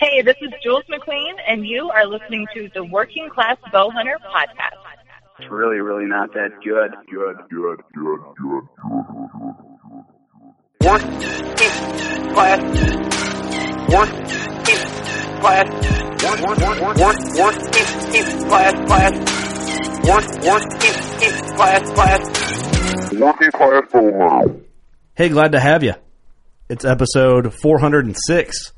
Hey, this is Jules McQueen, and you are listening to the Working Class Bowhunter Podcast. It's really, really not that good. Good, good, good, good. Working class. Working class. Work, work, work, working class, class. Work, working class, class. Hey, glad to have you. It's episode 406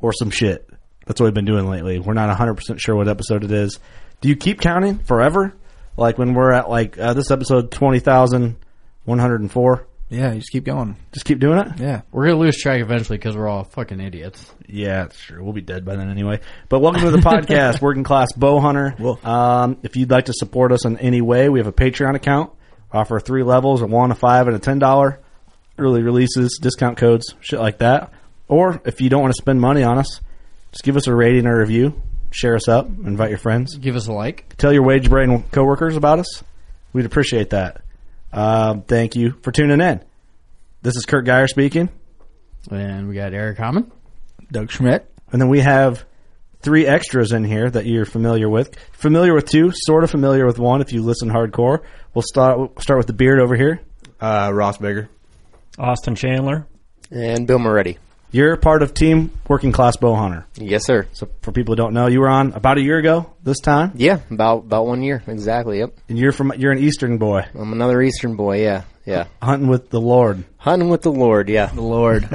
or some shit. That's what we've been doing lately. We're not 100% sure what episode it is. Do you keep counting forever? Like when we're at like uh, this episode 20,104? Yeah, you just keep going. Just keep doing it? Yeah. We're gonna lose track eventually because we're all fucking idiots. Yeah, it's true. We'll be dead by then anyway. But welcome to the podcast, Working Class Bow Hunter. Woof. Um, if you'd like to support us in any way, we have a Patreon account. Offer three levels: a one, a five, and a ten dollar. Early releases, discount codes, shit like that. Or if you don't want to spend money on us, just give us a rating or review. Share us up. Invite your friends. Give us a like. Tell your wage brain coworkers about us. We'd appreciate that. Um, thank you for tuning in. This is Kurt Geyer speaking. And we got Eric Hammond. Doug Schmidt. And then we have three extras in here that you're familiar with. Familiar with two, sort of familiar with one if you listen hardcore. We'll start start with the beard over here. Uh, Ross Baker. Austin Chandler. And Bill Moretti. You're part of Team Working Class Bow Hunter. Yes, sir. So for people who don't know, you were on about a year ago this time, Yeah, about about one year exactly. Yep, and you're from you're an Eastern boy I'm another Eastern boy. Yeah, yeah. hunting with the Lord. Hunting with the Lord. Yeah, The Lord.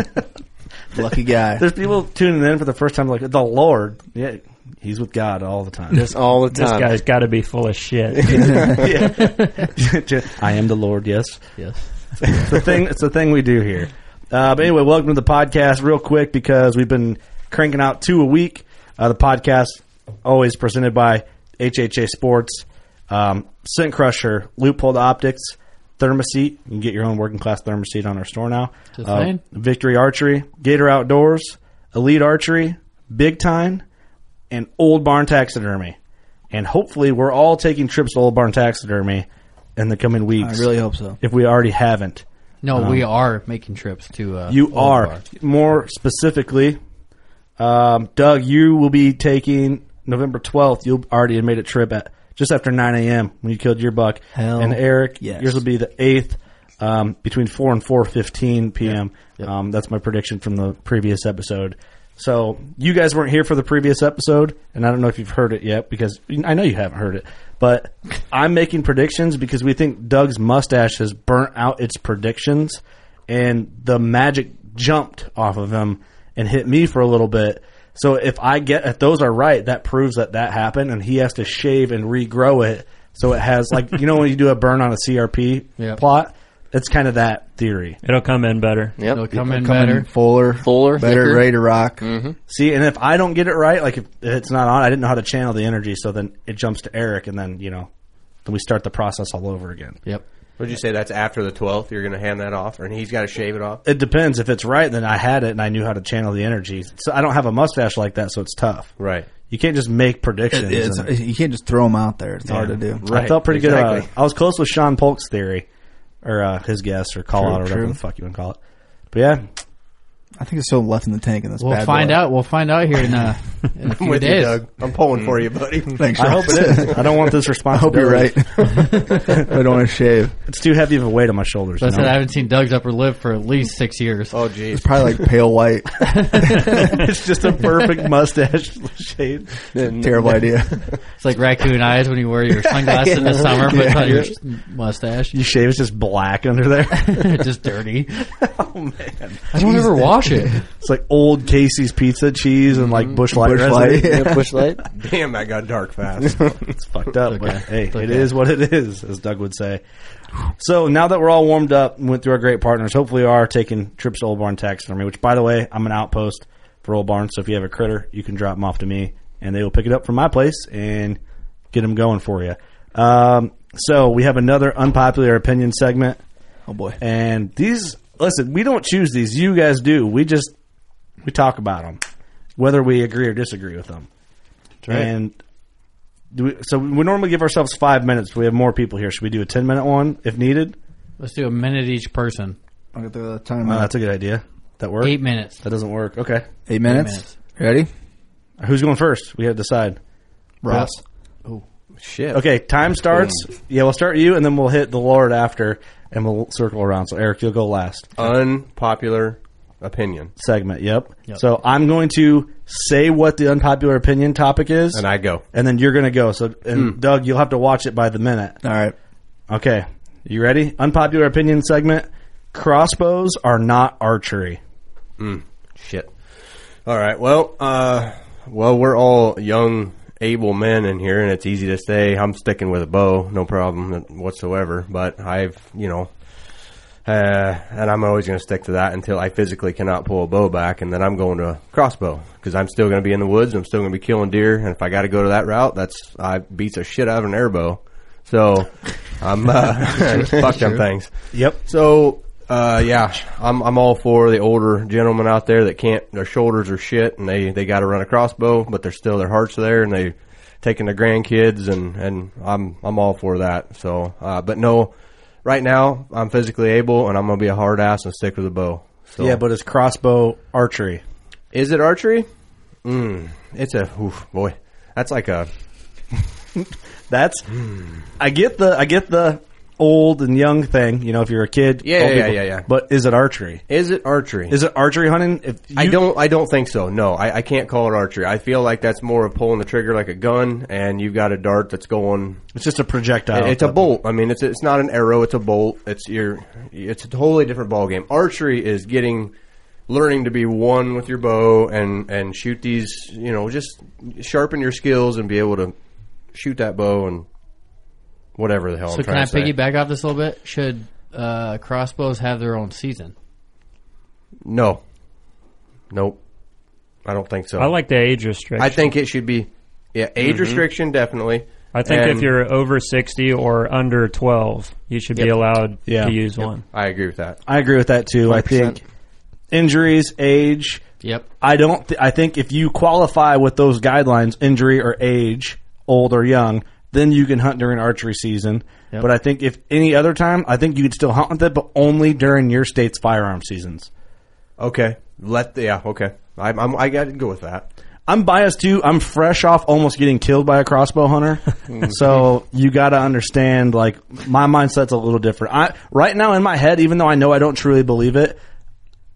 Lucky guy. There's people tuning in for the first time like the Lord. Yeah, he's with God all the time. just all the This time. guy's got to be full of shit. I am the Lord. Yes. Yes. it's the thing. It's the thing we do here. Uh, but anyway, welcome to the podcast, real quick, because we've been cranking out two a week. Uh, the podcast always presented by HHA Sports, um, Scent Crusher, Loophole Optics, Thermoset. You can get your own working class Thermoset on our store now. Just saying. Victory Archery, Gator Outdoors, Elite Archery, Big Time, and Old Barn Taxidermy. And hopefully, we're all taking trips to Old Barn Taxidermy in the coming I weeks really hope so. if we already haven't. No, we are making trips to. Uh, You Old are Bar. more specifically Um, Doug, you will be taking November 12th. You already had made a trip at just after 9 a.m. when you killed your buck. Hell and Eric, yes. yours will be the 8th um, between 4 and 4.15 p.m. Um, that's my prediction from the previous episode. So you guys weren't here for the previous episode, and I don't know if you've heard it yet because I know you haven't heard it. But I'm making predictions because we think Doug's mustache has burnt out its predictions, and the magic jumped off of him and hit me for a little bit. So if I get if those are right, that proves that that happened, and he has to shave and regrow it so it has like you know when you do a burn on a CRP plot, it's kind of that theory. It'll come in better. Yep. It'll come in better. fuller, fuller, better, thicker. ready to rock. See, and if I don't get it right, like if it's not on, I didn't know how to channel the energy, so then it jumps to Eric, and then you know, then we start the process all over again. Yep. Would you say that's after the 12th? You're going to hand that off, and he's got to shave it off? It depends. If it's right, then I had it, and I knew how to channel the energy. So I don't have a mustache like that, so it's tough. Right. You can't just make predictions. It's, and- you can't just throw them out there. It's hard to do. I felt pretty good. Exactly. About it. I was close with Sean Polk's theory, or uh, his guess, or call True, out, or whatever true. the fuck you want to call it. But yeah, I think it's still left in the tank in this. We'll bad find boy. out. We'll find out here in a, in a few with you, days. Doug. I'm pulling for you, buddy. Thanks, I Sean. hope it is. I don't want this I hope responsibility. you're right. I don't want to shave. It's too heavy of a weight on my shoulders. But I you said know? I haven't seen Doug's upper lip for at least six years. Oh, geez. It's probably like pale white. it's just a perfect mustache shade. Terrible idea. It's like raccoon eyes when you wear your sunglasses in the summer, but Yeah. on your mustache, You shave it's just black under there. it's just dirty. oh man, I don't ever wash it. it's like old Casey's pizza cheese and like Bush Light. Bush residue. Light. Yeah, Bush Light. Damn, that got dark fast. It's fucked up. But okay. hey, It's it okay. is what it is, as Doug would say. So now that we're all warmed up and went through our great partners, hopefully you are taking trips to Old Barn Taxidermy, which by the way, I'm an outpost for Old Barn, so if you have a critter, you can drop them off to me and they will pick it up from my place and get them going for you. Um, so we have another unpopular opinion segment. Oh boy. And these, listen, we don't choose these. You guys do. We just we talk about them, whether we agree or disagree with them. And do we, so we normally give ourselves five minutes. We have more people here. Should we do a ten minute one if needed? Let's do a minute each person. I'm gonna throw the time Uh, out. that's a good idea. That work? Eight minutes. That doesn't work. Okay. Eight minutes. minutes. Ready, Who's going first? We have to decide. Ross? Oh, Shit. Okay. Time starts. Yeah, we'll start you, and then we'll hit the Lord after, and we'll circle around. So Eric, you'll go last. Unpopular opinion. Segment. Yep. Yep. So I'm going to say what the unpopular opinion topic is, And I go. Hmm. and then you're going to go. So, and Doug, you'll have to watch it by the minute. All right. Okay, you ready? Unpopular opinion segment: Crossbows are not archery. Shit. All right. Well, uh, well, we're all young, able men in here, and it's easy to say I'm sticking with a bow, oh, no problem whatsoever. But I've, you know, uh, and I'm always going to stick to that until I physically cannot pull a bow back, and then I'm going to crossbow because I'm still going to be in the woods. I'm still going to be killing deer, and if I got to go to that route, that's I beats the shit out of an air bow. So I'm uh, fuck them things. Yep. So, uh, yeah, I'm, I'm all for the older gentlemen out there that can't, their shoulders are shit and they, they got to run a crossbow, but they're still, their heart's there and they taking their grandkids and, and I'm, I'm all for that. So, uh, but no, right now I'm physically able and I'm going to be a hard ass and stick with a bow. So, Yeah, but it's crossbow archery. is it archery? Mm, it's a, oof, boy, that's like a, That's I get the I get the old and young thing. You know, if you're a kid, Yeah, old yeah, yeah, yeah. But is it archery? is it archery? Is it archery hunting? If you, I don't. I don't think so. No, I, I can't call it archery. I feel like that's more of pulling the trigger like a gun, and you've got a dart that's going. it's just a projectile. it's a bolt. I mean, it's it's not an arrow. It's a bolt. It's your. It's a totally different ball game. Archery is getting, learning to be one with your bow and and shoot these. You know, just sharpen your skills and be able to shoot that bow and whatever the hell. I'm So can trying I to say. piggyback off this a little bit? Should uh, crossbows have their own season? No. Nope. I don't think so. I like the age restriction. I think it should be. Yeah, age restriction definitely. Mm-hmm. I think And- if you're over 60 or under 12, you should be allowed Yeah. to use one. I agree with that. I agree with that too. I think injuries, age. Yep. I don't. Th- I think if you qualify with those guidelines, injury or age, old or young, then you can hunt during archery season. Yep. But I think if any other time, I think you could still hunt with it, but only during your state's firearm seasons. Okay. Let the, yeah, okay. I, I'm, I got to go with that. I'm biased too. I'm fresh off almost getting killed by a crossbow hunter, so you got to understand. Like my mindset's a little different. I right now in my head, even though I know I don't truly believe it,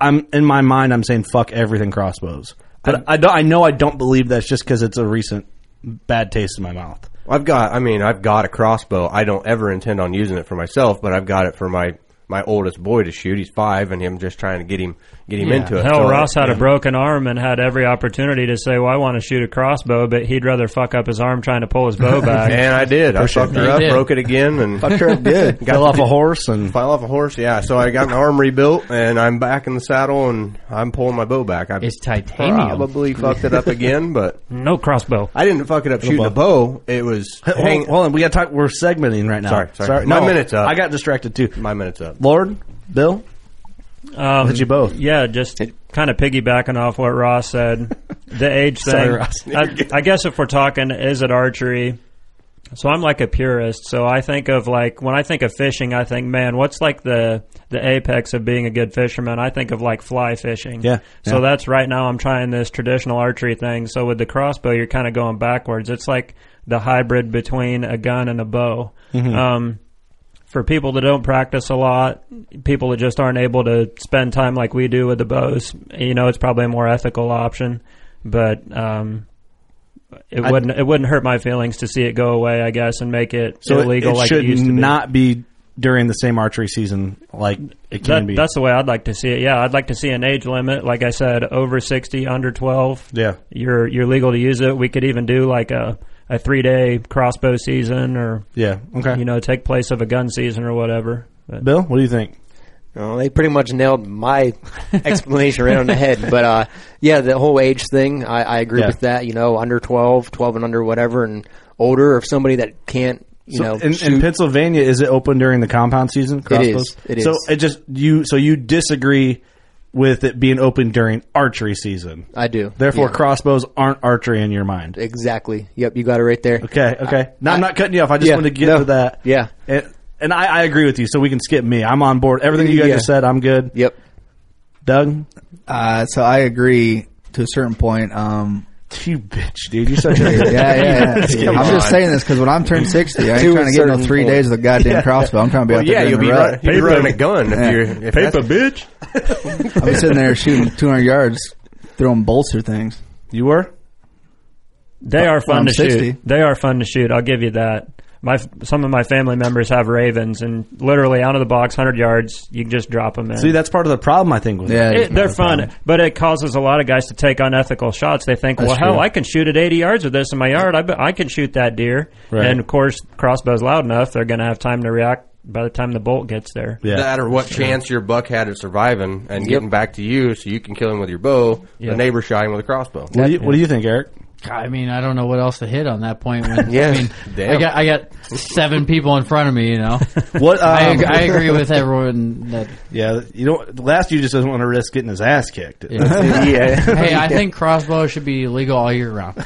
I'm in my mind. I'm saying fuck everything crossbows, but I, don't, I know I don't believe that's just because it's a recent bad taste in my mouth. I've got. I mean, I've got a crossbow. I don't ever intend on using it for myself, but I've got it for my my oldest boy to shoot. He's five, and I'm just trying to get him get him Yeah. into it. Hell, So, Ross had yeah. a broken arm and had every opportunity to say, "Well, I want to shoot a crossbow," but he'd rather fuck up his arm trying to pull his bow back. and I did. I fucked her up, broke it again, and Fucked her up good. Fell off a horse and fell off a horse. Yeah, so I got my arm rebuilt, and I'm back in the saddle, and I'm pulling my bow back. I it's titanium. Probably fucked it up again, but no crossbow. I didn't fuck it up shooting a bow. It was Hold, hang- hold on, we got to talk. We're segmenting right now. Sorry, sorry. My minute's up. I got distracted too. My minute's up. Lord, Bill, Um, hit you both. Yeah, just kind of piggybacking off what Ross said. The age thing. Sorry, Ross. I, I guess if we're talking, is it archery? So I'm like a purist. So I think of like when I think of fishing, I think, man, what's like the the apex of being a good fisherman? I think of like fly fishing. Yeah, So yeah. that's right now I'm trying this traditional archery thing. So with the crossbow, you're kind of going backwards. It's like the hybrid between a gun and a bow. Mhm. Um, for people that don't practice a lot, people that just aren't able to spend time like we do with the bows, you know, it's probably a more ethical option. But um, it I- wouldn't it wouldn't hurt my feelings to see it go away, I guess, and make it So it- illegal it like should it used to be. not be. during the same archery season like it can That- be. That's the way I'd like to see it. Yeah, I'd like to see an age limit. Like I said, over sixty, under twelve. Yeah. you're you're legal to use it. We could even do like a a three day crossbow season, or Yeah, okay. you know, take place of a gun season or whatever. But- Bill, what do you think? Oh, they pretty much nailed my explanation right on the head. But uh, yeah, the whole age thing, I, I agree Yeah. with that. You know, under 12, 12 and under, whatever, and older, or somebody that can't, you So know, in, in Pennsylvania, is it open during the compound season? Crossbows? It is. So it just you. So you disagree with it being open during archery season. I do. Therefore, Yeah. crossbows aren't archery in your mind. Exactly. Yep, you got it right there. Okay. Okay. Now I, am I- not cutting you off. I just Yeah, want to get no. to that. Yeah. And, and I, I agree with you. So we can skip me. I'm on board. Everything you guys Yeah. just said, I'm good. Yep. Doug, Uh, so I agree to a certain point. Um, you bitch, dude, you're such a yeah, yeah. yeah. Come I'm just on. saying this because when I'm turned sixty, I ain't To a trying to get no certain three point. days with a goddamn Yeah. crossbow. I'm trying to be Well, out yeah, there you'll doing be the rut. run- you'll be Paper. running a gun if you're- if Paper, that's- bitch. I'm sitting there shooting 200 yards, throwing bolts through things. You were? They are fun I'm to 60. shoot. They are fun to shoot. I'll give you that. My some of my family members have ravens, and literally out of the box, hundred yards, you can just drop them in. See, that's part of the problem I think with It- it. they're fun, but it causes a lot of guys to take unethical shots. They think, That's "Well, hell, true. I can shoot at 80 yards with this in my yard. I, be- I can shoot that deer." Right. And of course, crossbow's loud enough; they're going to have time to react by the time the bolt gets there. That or what chance your buck had of surviving and Yep. getting back to you so you can kill him with your bow. Yeah. The neighbor shot him with a crossbow. What do you, what do you think, Eric? I mean, I don't know what else to hit on that point. When, Yeah. I mean, Damn. I got I got seven people in front of me. You know, What, I, um, ag- I agree with everyone that Yeah, you don't. The last you just doesn't want to risk getting his ass kicked. hey, I think crossbow should be legal all year round.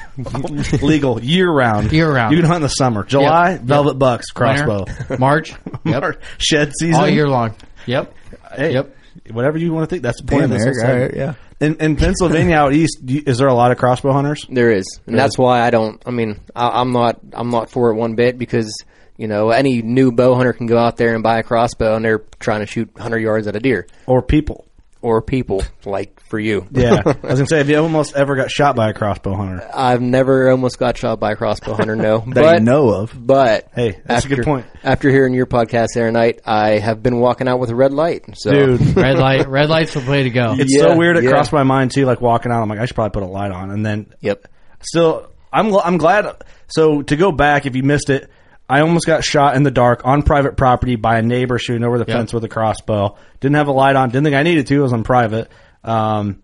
legal year round. Year round. You can hunt in the summer. July, Yep. velvet Yep. bucks, crossbow. Winter, March, yep. March, shed season, all year long. Yep. Hey, Yep. Whatever you want to think. That's the point Damn, of this. Eric, whole all right, segment. In, in Pennsylvania out east, do you- is there a lot of crossbow hunters? There is, and There that's why I don't. I mean, I, I'm not. I'm not for it one bit because you know any new bow hunter can go out there and buy a crossbow, and they're trying to shoot 100 yards at a deer or people or people like for you. Yeah, I was gonna say, have you almost ever got shot by a crossbow hunter? I've never almost got shot by a crossbow hunter. No, That you know of. But Hey, that's a good point. After hearing your podcast there night, I have been walking out with a red light. So. red light, red light's the way to go. It's so weird. It crossed my mind too. Like walking out, I'm like, I should probably put a light on. And then, yep. Still, I'm gl- I'm glad. So to go back, if you missed it, I almost got shot in the dark on private property by a neighbor shooting over the Yep. fence with a crossbow. Didn't have a light on. Didn't think I needed to. It was on private. Um,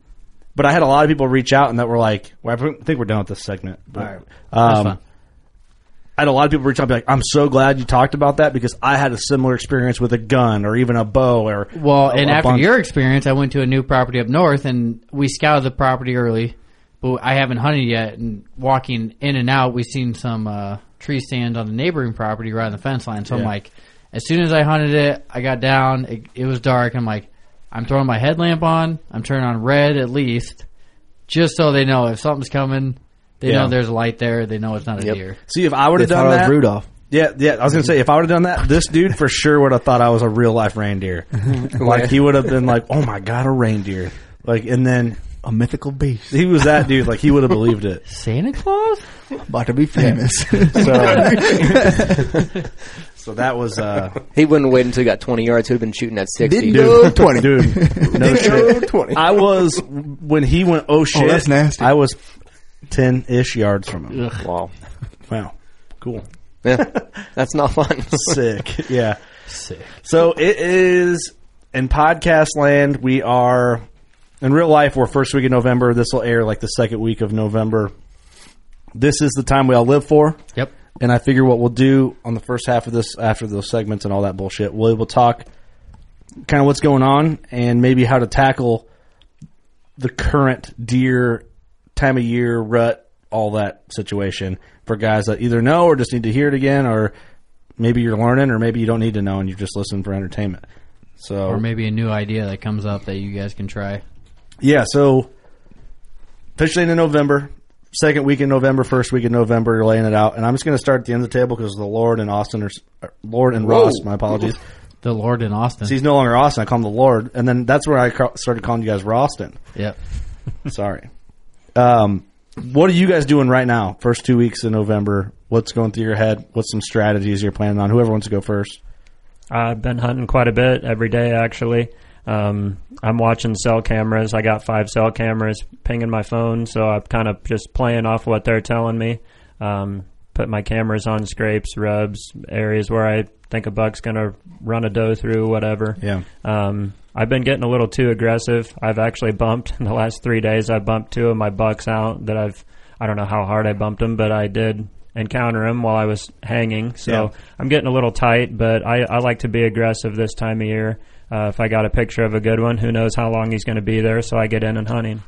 but I had a lot of people reach out and that were like, well, I think we're done with this segment. But, All right. That's Um, fine. I had a lot of people reach out and be like, I'm so glad you talked about that because I had a similar experience with a gun or even a bow or Well, and a after bunch. your experience, I went to a new property up north, and we scouted the property early, but I haven't hunted yet. And walking in and out, we seen some uh, tree stand on the neighboring property right on the fence line. So I'm Yeah. like, as soon as I hunted it, I got down. It, it was dark. I'm like, I'm throwing my headlamp on. I'm turning on red at least. just so they know if something's coming. They Yeah. know there's light there. They know it's not a deer. See, if I would have They thought done I was that, Rudolph. Yeah, yeah. I was gonna say if I would have done that, this dude for sure would have thought I was a real life reindeer. like he would have been like, "Oh my god, a reindeer!" Like, and then a mythical beast. He was that dude. Like he would have believed it. Santa Claus about to be famous. So, so that was uh, He wouldn't wait until he got 20 yards. He'd have been shooting at 60. dude. No shit. I was when he went. Oh shit, that's nasty. I was ten ish yards from him. Wow. Wow. Cool. Yeah. That's not fun. Sick. Yeah. Sick. So it is in podcast land. We are in real life. We're first week of November. This will air like the second week of November. This is the time we all live for. Yep. And I figure what we'll do on the first half of this, after those segments and all that bullshit, we'll, we'll talk kind of what's going on and maybe how to tackle the current deer time of year rut, all that situation for guys that either know or just need to hear it again, or maybe you're learning, or maybe you don't need to know and you're just listening for entertainment. So or maybe a new idea that comes up that you guys can try. yeah, so officially into November, second week in November, first week in November, you're laying it out, and I'm just going to start at the end of the table because the Lord and Austin are s- uh, Lord and Whoa. Ross. My apologies. The Lord in Austin. So he's no longer Austin. I call him the Lord, and then that's where I ca- started calling you guys Roston. Yep. Sorry. Um, what are you guys doing right now? First two weeks in November. What's going through your head? What's some strategies you're planning on? Whoever wants to go first. I've been hunting quite a bit every day, actually. Um, I'm watching cell cameras. I got five cell cameras pinging my phone, so I'm kind of just playing off what they're telling me. Um, put my cameras on scrapes, rubs, areas where I think a buck's going to run a doe through, whatever. Yeah. Um, I've been getting a little too aggressive. I've actually bumped in the last three days. I bumped two of my bucks out that I've. I don't know how hard I bumped them, but I did encounter them while I was hanging. So Yeah. I'm getting a little tight, but I, I like to be aggressive this time of year. Uh, if I got a picture of a good one, who knows how long he's going to be there? So I get in and hunt him.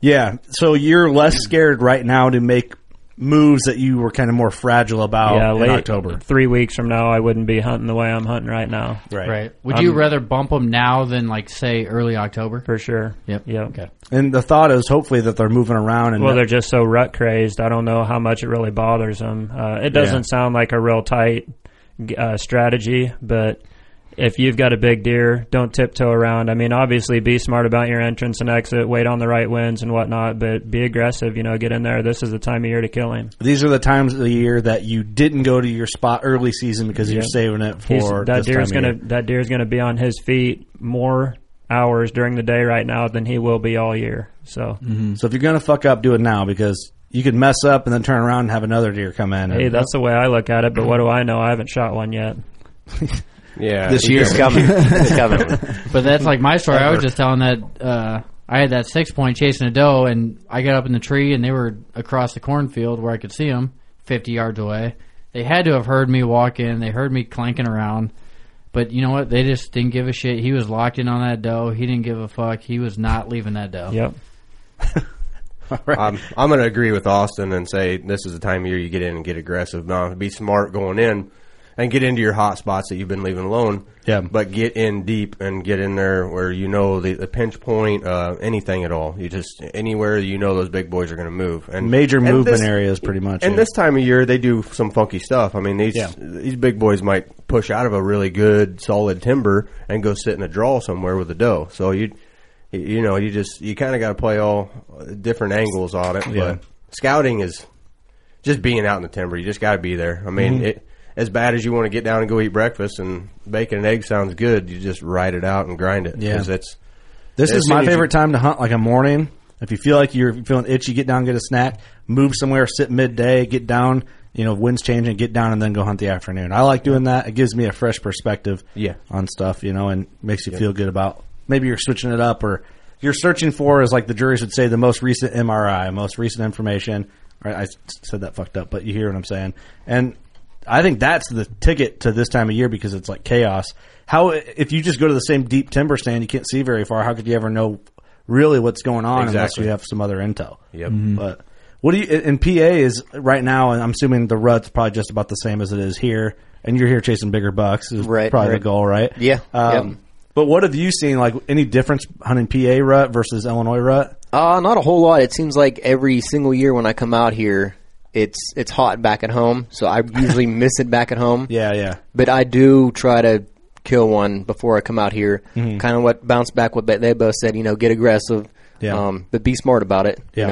Yeah. So you're less scared right now to make moves that you were kind of more fragile about yeah, Oh, in late October. Three weeks from now, I wouldn't be hunting the way I'm hunting right now. Right. Um, Right. Would you rather bump them now than like say early October? For sure. Yep. Yep. Okay. And the thought is hopefully that they're moving around and Well, they're just so rut crazed. I don't know how much it really bothers them. Uh, it doesn't sound like a real tight uh, strategy, but if you've got a big deer, don't tiptoe around. I mean, obviously, be smart about your entrance and exit, wait on the right winds and whatnot, but be aggressive. You know, get in there. This is the time of year to kill him. these are the times of the year that you didn't go to your spot early season because you're Yeah. saving it He's- for that this time deer's of gonna year. that deer's gonna be on his feet more hours during the day right now than he will be all year. So. So if you're gonna fuck up, do it now because you could mess up and then turn around and have another deer come in. Hey, that's the way I look at Mm-hmm. it, but what do I know? I haven't shot one yet. Yeah, This year. It's coming. It's coming. But that's like my story. I was just telling that uh, I had that six point chasing a doe, and I got up in the tree, and they were across the cornfield where I could see them, fifty yards away. They had to have heard me walk in. They heard me clanking around. But you know what? They just didn't give a shit. He was locked in on that doe. He didn't give a fuck. He was not leaving that doe. Yep. I'm, I'm going to agree with Austin and say this is the time of year you get in and get aggressive. Now, be smart going in and get into your hot spots that you've been leaving alone. Yeah. But get in deep and get in there where you know the, the pinch point, uh, anything at all. You just anywhere you know those big boys are going to move. And Major and movement this- areas, pretty much. And yeah. this time of year, they do some funky stuff. I mean, these Yeah. these big boys might push out of a really good, solid timber and go sit in a draw somewhere with a doe. So you, you know, you just you kind of got to play all different angles on it. Yeah. But scouting is just being out in the timber. You just got to be there. I mean, Mhm. it, as bad as you want to get down and go eat breakfast and bacon and egg sounds good, you just ride it out and grind it. Yeah. 'Cause it's This as is soon my as you- favorite time to hunt, like a morning. If you feel like you're feeling itchy, get down, get a snack, move somewhere, sit midday, get down. You know, winds changing, get down, and then go hunt the afternoon. I like doing that. It gives me a fresh perspective, Yeah. on stuff. You know, and makes you Yeah. feel good about maybe you're switching it up or you're searching for, as like the jurors would say, the most recent MRI, most recent information. All right, I s- said that fucked up, but you hear what I'm saying. And I think that's the ticket to this time of year because it's like chaos. How if you just go to the same deep timber stand, you can't see very far. How could you ever know really what's going on unless Exactly. you have some other intel? Yep. But what do you? And PA is right now, and I'm assuming the rut's probably just about the same as it is here. And you're here chasing bigger bucks, is Right, probably right. the goal, right? Yeah, Um, yep. But what have you seen? Like any difference hunting PA rut versus Illinois rut? Uh, not a whole lot. It seems like every single year when I come out here, it's it's hot back at home, so I usually miss it back at home. Yeah, yeah. But I do try to kill one before I come out here. Mhm. Kind of what bounce back what they both said. You know, get aggressive. Yeah. Um, but be smart about it. Yeah. You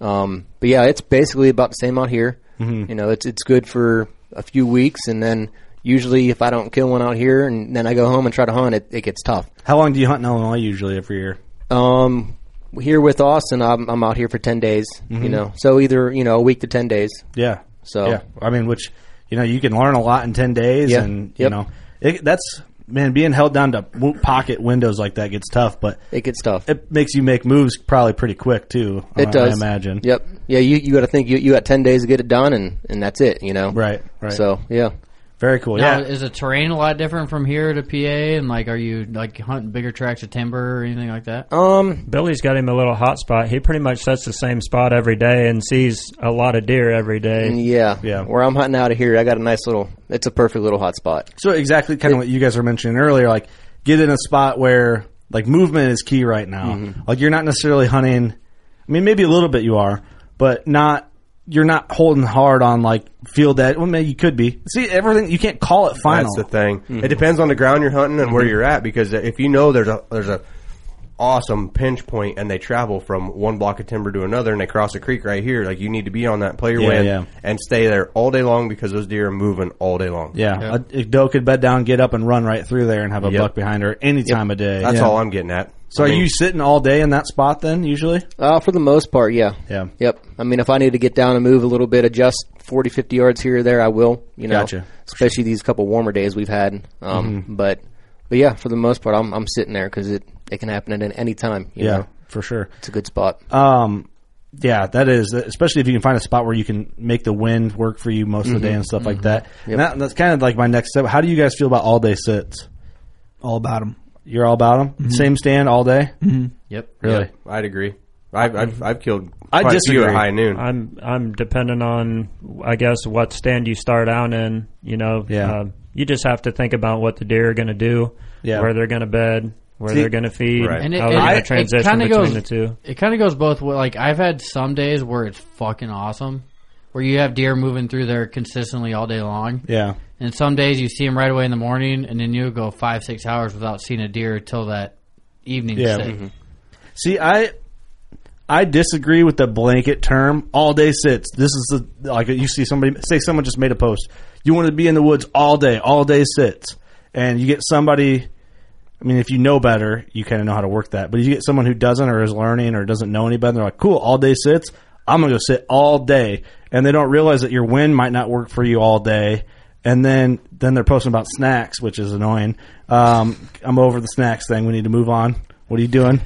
know. Um, but yeah, it's basically about the same out here. Mhm. You know, it's it's good for a few weeks, and then usually if I don't kill one out here, and then I go home and try to hunt, it, it gets tough. How long do you hunt in Illinois usually every year? Um, here with Austin, I'm, I'm out here for ten days. Mhm. You know, so either you know a week to ten days. Yeah. So yeah, I mean, which you know, you can learn a lot in ten days, Yeah. and you Yep. know, it, that's man, being held down to w- pocket windows like that gets tough. But it gets tough. It makes you make moves probably pretty quick too. I- it does. I imagine. Yep. Yeah. You you got to think you you got ten days to get it done, and and that's it. You know. Right. Right. So yeah. Very cool. Now, yeah. is the terrain a lot different from here to PA? And like, are you like hunting bigger tracts of timber or anything like that? Um, Billy's got him a little hot spot. He pretty much sets the same spot every day and sees a lot of deer every day. Mm. And yeah. Yeah. Where I'm hunting out of here, I got a nice little. It's a perfect little hot spot. So exactly, kind of what you guys were mentioning earlier, like get in a spot where like movement is key right now. Mm-hmm. Like you're not necessarily hunting. I mean, maybe a little bit you are, but not. You're not holding hard on like field that. Well, maybe you could be. See everything. You can't call it final. Mm-hmm. That's the thing. It depends on the ground you're hunting and where you're at because if you know there's a there's a awesome pinch point and they travel from one block of timber to another and they cross a creek right here, like you need to be on that player Yeah, wind yeah. and stay there all day long because those deer are moving all day long. Yeah, A, a doe could bed down, get up, and run right through there and have a Yep. buck behind her any Yep. time of day. That's Yeah. all I'm getting at. So I are mean- you sitting all day in that spot then usually? Uh, for the most part, yeah. Yeah. Yep. I mean, if I need to get down and move a little bit, adjust 40, 50 yards here or there, I will. You know, Gotcha. Mm-hmm. especially these couple warmer days we've had. Um, But but yeah, for the most part, I'm, I'm sitting there because it, it can happen at an- any time. You Yeah, know? for sure. It's a good spot. Uh, Um, yeah, that is especially if you can find a spot where you can make the wind work for you most of the day Mhm. and stuff like Mhm. that. And that. That's kind of like my next step. How do you guys feel about all day sits? All about them. You're all about them. Mhm. Same stand all day. Mhm. Yep. Really. Yep, I'd agree. I've I've, I've killed. I quite a few disagree. at high noon. I'm I'm dependent on I guess what stand you start out in. You know, Yeah. Um, you just have to think about what the deer are going to do, Yeah. where they're going to bed, where See- they're going to feed, And it, how it, they're going to it, transition kinda between goes, the two. It kind of goes both. wa- Like I've had some days where it's fucking awesome, where you have deer moving through there consistently all day long. Yeah. And some days you see them right away in the morning, and then you go five six hours without seeing a deer till that evening. Yeah. sit. Mm-hmm. Mhm. See, I I disagree with the blanket term all day sits. This is the like you see somebody say someone just made a post. You want to be in the woods all day, all day sits, and you get somebody. I mean, if you know better, you kind of know how to work that. But if you get someone who doesn't or is learning or doesn't know any better, they're like, "Cool, all day sits. I'm gonna go sit all day," and they don't realize that your wind might not work for you all day. And then then they're posting about snacks, which is annoying. Um, I'm over the snacks thing. We need to move on. What are you doing?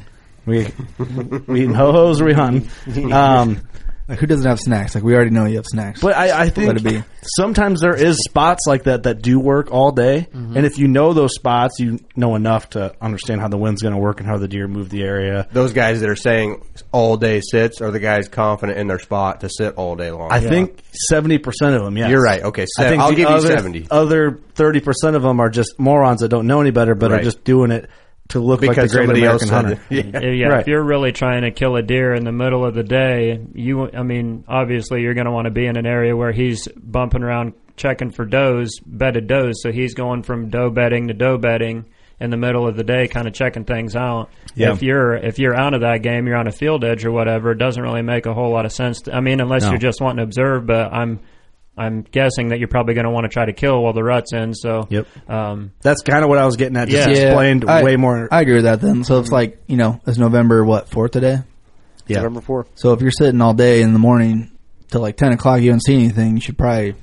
We we eating ho hos or we hunting? Um, Like who doesn't have snacks? Like we already know you have snacks. but I, I think let it be. sometimes there is spots like that that do work all day, Mm-hmm. Mhm. and if you know those spots, you know enough to understand how the wind's going to work and how the deer move the area. Those guys that are saying all day sits are the guys confident in their spot to sit all day long. I think seventy percent of them. Yes, You're right. Okay, I se- think I'll the give you other, 70. Other thirty percent of them are just morons that don't know any better, but are Right. just doing it to look like Because the great somebody American else said hunter. Yeah, yeah, Right. if you're really trying to kill a deer in the middle of the day, you I mean, obviously you're going to want to be in an area where he's bumping around checking for does, bedded does, so he's going from doe bedding to doe bedding in the middle of the day kind of checking things out. Yeah. If you're if you're out of that game, you're on a field edge or whatever, it doesn't really make a whole lot of sense. To, I mean, unless No. you're just wanting to observe, but I'm I'm guessing that you're probably going to want to try to kill while the rut's in, so Yep. um That's kind of what I was getting at. Just Yeah. explained I- way more. Mm-hmm. I agree with that. Then, so it's like you know, it's November what fourth today. Yeah. November fourth. So if you're sitting all day in the morning till like ten o'clock, you don't see anything. You should probably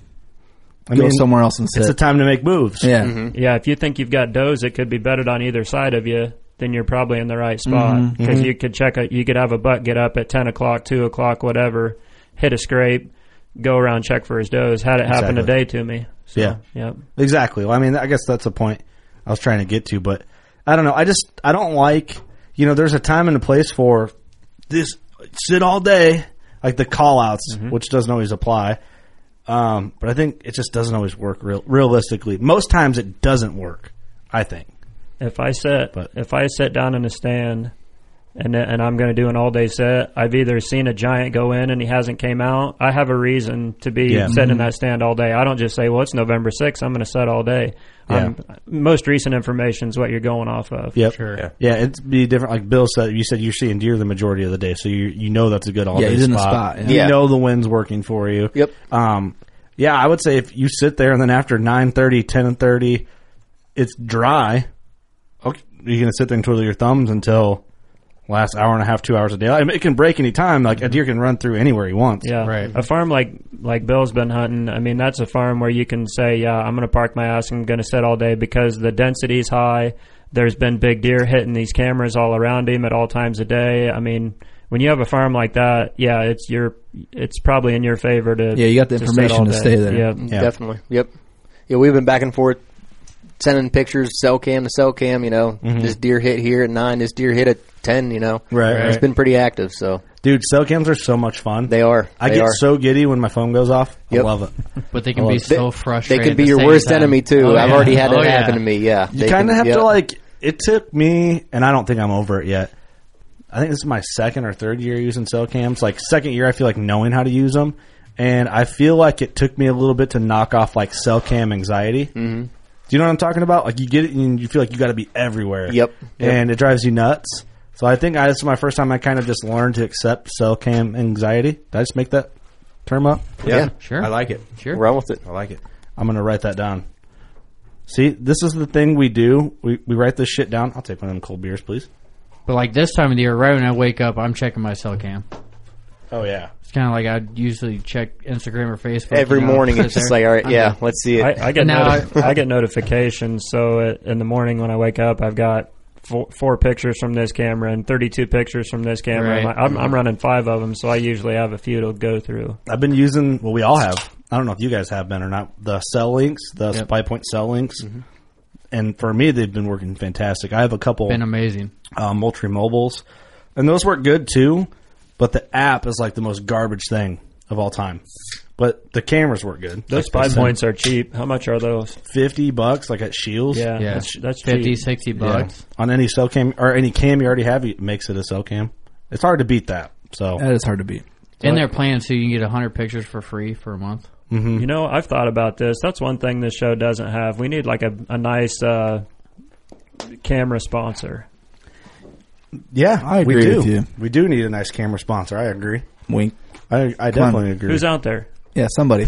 I go mean, somewhere else and sit. It's a time to make moves. Yeah. Mm-hmm. Yeah, if you think you've got does that could be bedded on either side of you, then you're probably in the right spot Mhm. Mm-hmm. because Mhm. you could check a, you could have a buck get up at ten o'clock, two o'clock, whatever, hit a scrape, go around check for his does. Had it happen Exactly. today to me. So, yeah. Yep. Exactly. Well, I mean, I guess that's the point I was trying to get to, but I don't know. I just I don't like you know. There's a time and a place for this. Sit all day, like the call outs, Mm-hmm. which doesn't always apply. Um, but I think it just doesn't always work real, realistically. Most times it doesn't work. I think. If I sit, if I sit down in a stand and and I'm going to do an all day set. I've either seen a giant go in and he hasn't came out. I have a reason to be Yeah. sitting in Mhm. that stand all day. I don't just say, well, it's November 6th. I'm going to set all day. Um, most recent information is what you're going off of. Yep. Sure. Yeah. it'd be different. Like Bill said, you said you're seeing deer the majority of the day, so you you know that's a good all day Yeah, spot. he's in the spot, yeah. You Yeah. know the wind's working for you. Yep. Um, yeah, I would say if you sit there and then after 9.30, 10.30, it's dry. Okay, you're gonna sit there and twiddle your thumbs until last hour and a half, two hours a day. I mean, it can break any time. Like a deer can run through anywhere he wants. Yeah, right. A farm like like Bill's been hunting. I mean, that's a farm where you can say, "Yeah, I'm going to park my ass. I'm going to sit all day because the density's high. There's been big deer hitting these cameras all around him at all times of day. I mean, when you have a farm like that, yeah, it's your it's probably in your favor to Yeah, you got the sit information all to day. stay there. Yeah, Um, Definitely. Yep. Yeah, we've been back and forth sending pictures, cell cam to cell cam. You know, Mhm. this deer hit here at nine, this deer hit at ten. You know, Right, It's right. been pretty active. So Dude, cell cams are so much fun. They are. I They get are. so giddy when my phone goes off. Yep. I love it. But they I can love be it. so frustrated. Oh, they can at be the your same worst time. enemy too. Oh, I've yeah. already had Oh, it yeah. happen to me. Yeah, You They kind of have can- yep. to like. It took me, and I don't think I'm over it yet. I think this is my second or third year using cell cams. Like second year, I feel like knowing how to use them, and I feel like it took me a little bit to knock off like cell cam anxiety. Mm-hmm. Do you know what I'm talking about? Like you get it, and you feel like you got to be everywhere. Yep. Yep. and it drives you nuts. So I think I, this is my first time I kind of just learned to accept cell cam anxiety. Did I just make that term up? Yeah, I like it. Sure, run with it. I like it. I'm gonna write that down. See, this is the thing we do. We, we write this shit down. I'll take one of them cold beers, please. But like this time of the year, right when I wake up, I'm checking my cell cam. Oh yeah. It's kind of like I'd usually check Instagram or Facebook Every you know, morning, sit it's just there. like, all right, I'm yeah, done. let's see it. I, I get Now noti- I, get notifications. So it, in the morning when I wake up, I've got four, four pictures from this camera and 32 pictures from this camera. Right. And I- I'm, I'm running five of them, so I usually have a few to go through. I've been using. Well, we all have. I don't know if you guys have been or not. The cell links, the Yep. spy point cell links, and for me, they've been working fantastic. I have a couple Been amazing. uh, Moultrie mobiles, and those work good too. But the app is like the most garbage thing of all time. But the cameras work good. Like Those spy they said, points are cheap. How much are those? fifty bucks, like at Shields. Yeah, Yeah. that's, that's 50, cheap. 60 bucks. on any cell cam or any cam you already have, it makes it a cell cam. It's hard to beat that. So That is hard to beat. In their plan, so you can get 100 pictures for free for a month. Mm. You know, I've thought about this. That's one thing this show doesn't have. We need like a, a nice uh, camera sponsor. Yeah, I we agree do. with you. We do need a nice camera sponsor. I agree. Wink. I, I Come on. definitely agree. Who's out there? Yeah, somebody,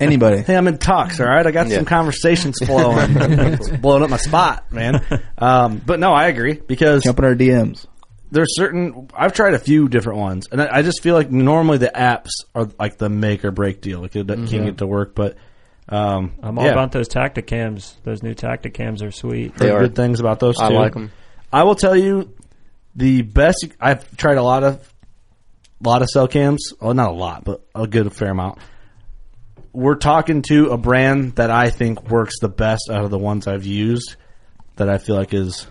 anybody. Hey, I'm in talks. All right, I got Yeah. some conversations flowing. it's blowing up my spot, man. Um, but no, I agree because Jump in our DMs. there's certain. I've tried a few different ones, and I, I just feel like normally the apps are like the make or break deal. Like it Mm-hmm. doesn't- can't Mhm. get to work, but um, I'm all yeah. about those Tacticams. Those new Tacticams are sweet. heard good things about those. Too. I like 'em. I will tell you, the best I've tried a lot of, lot of cell cams. Well, not a lot, but a good fair amount. We're talking to a brand that I think works the best out of the ones I've used, that I feel like is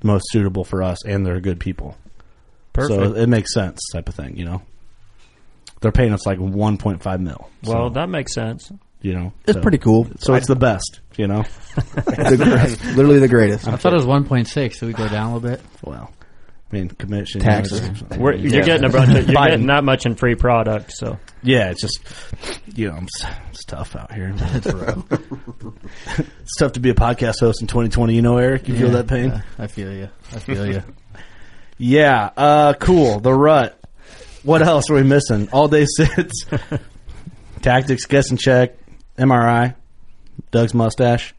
the most suitable for us, and they're good people. So Perfect. it makes sense, type of thing. You know, they're paying us like 1.5 mil. so, Well, that makes sense. you know, It's so- pretty cool. So it's the best. You know, The greatest. Literally the greatest. I thought it was 1.6. So we go down a little bit. Wow. I mean, commission Taxes. We're, you're getting a bunch. Of, you're getting that much in free product. So Yeah, it's just you know it's, it's tough out here. it's tough to be a podcast host in 2020. You know, Eric, you feel Yeah. that pain? Uh, I feel you. I feel you. Yeah. Uh, cool. The rut. What else are we missing? All day sits, tactics, guess and check, MRI, Doug's mustache.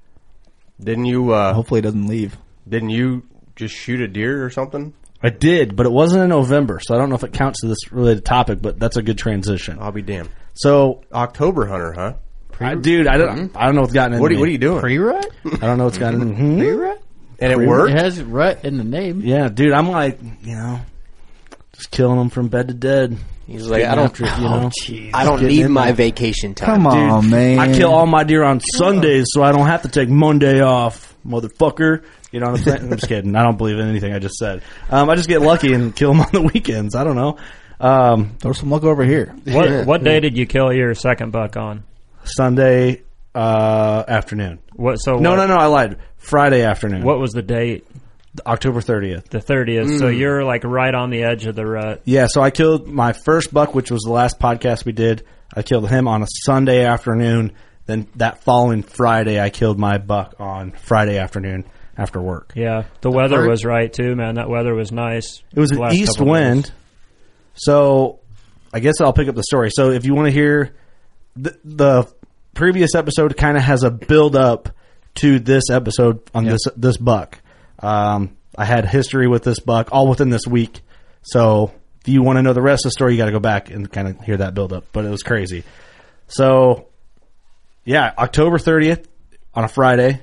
Didn't you? Uh, Oh. Hopefully, it doesn't leave. Didn't you just shoot a deer or something? I did, but it wasn't in November, so I don't know if it counts to this related topic. But that's a good transition. I'll be damned. So, October hunter, huh? I, dude, I don't, I don't know what's gotten in. What are, you- what are you doing? Pre-rut? I don't know what's gotten in. Hmm? Pre-rut? and it worked. It has rut in the name. Yeah, dude, I'm like, you know, just killing them from bed to dead. He's Just like, getting I don't- after it, you know. I don't Getting need in my there. vacation time. Come on, man. I kill all my deer on Sundays, so I don't have to take Monday off, motherfucker. You know what I'm saying? I'm just kidding. I don't believe in anything I just said. Um, I just get lucky and kill them on the weekends. I don't know. Um, Throw some luck over here. what what day did you kill your second buck on? Sunday uh, afternoon. What so No, what, no, no. I lied. Friday afternoon. What was the date? October 30th. The 30th. So Mm. you're like right on the edge of the rut. Yeah, so I killed my first buck, which was the last podcast we did. I killed him on a Sunday afternoon. Then that following Friday, I killed my buck on Friday afternoon after work. Yeah. The weather third- was right too, man. That weather was nice. It was the an last east couple of days. wind. So I guess I'll pick up the story. So if you want to hear the, the previous episode kind of has a build up to this episode on this this buck. Um, I had history with this buck all within this week. So if you want to know the rest of the story, you got to go back and kind of hear that build up, but it was crazy. So yeah, October 30th on a Friday,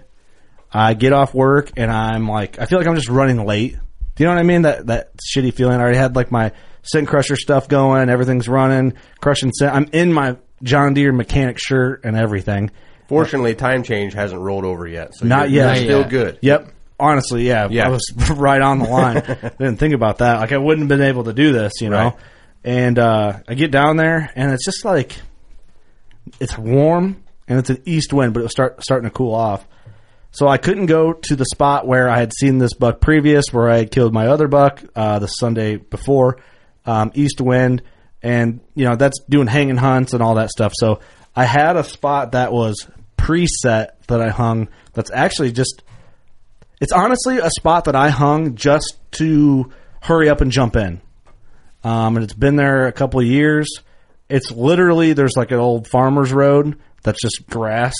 I get off work and I'm like, I feel like I'm just running late. Do you know what I mean? That that shitty feeling. I already had like my scent crusher stuff going. Everything's running, crushing scent. I'm in my John Deere mechanic shirt and everything. Fortunately, time change hasn't rolled over yet. So Not you're, yet. You're still good. Yep. Honestly, yeah, Yeah. I was right on the line. Didn't think about that. Like I wouldn't have been able to do this, you know. Right. And uh, I get down there, and it's just like it's warm and it's an east wind, but it was start starting to cool off. So I couldn't go to the spot where I had seen this buck previous, where I had killed my other buck uh, the Sunday before, um, east wind, and you know that's doing hanging hunts and all that stuff. So I had a spot that was preset that I hung. That's actually just it's honestly a spot that I hung just to hurry up and jump in. Um, and it's been there a couple of years. It's literally there's like an old farmer's road that's just grass.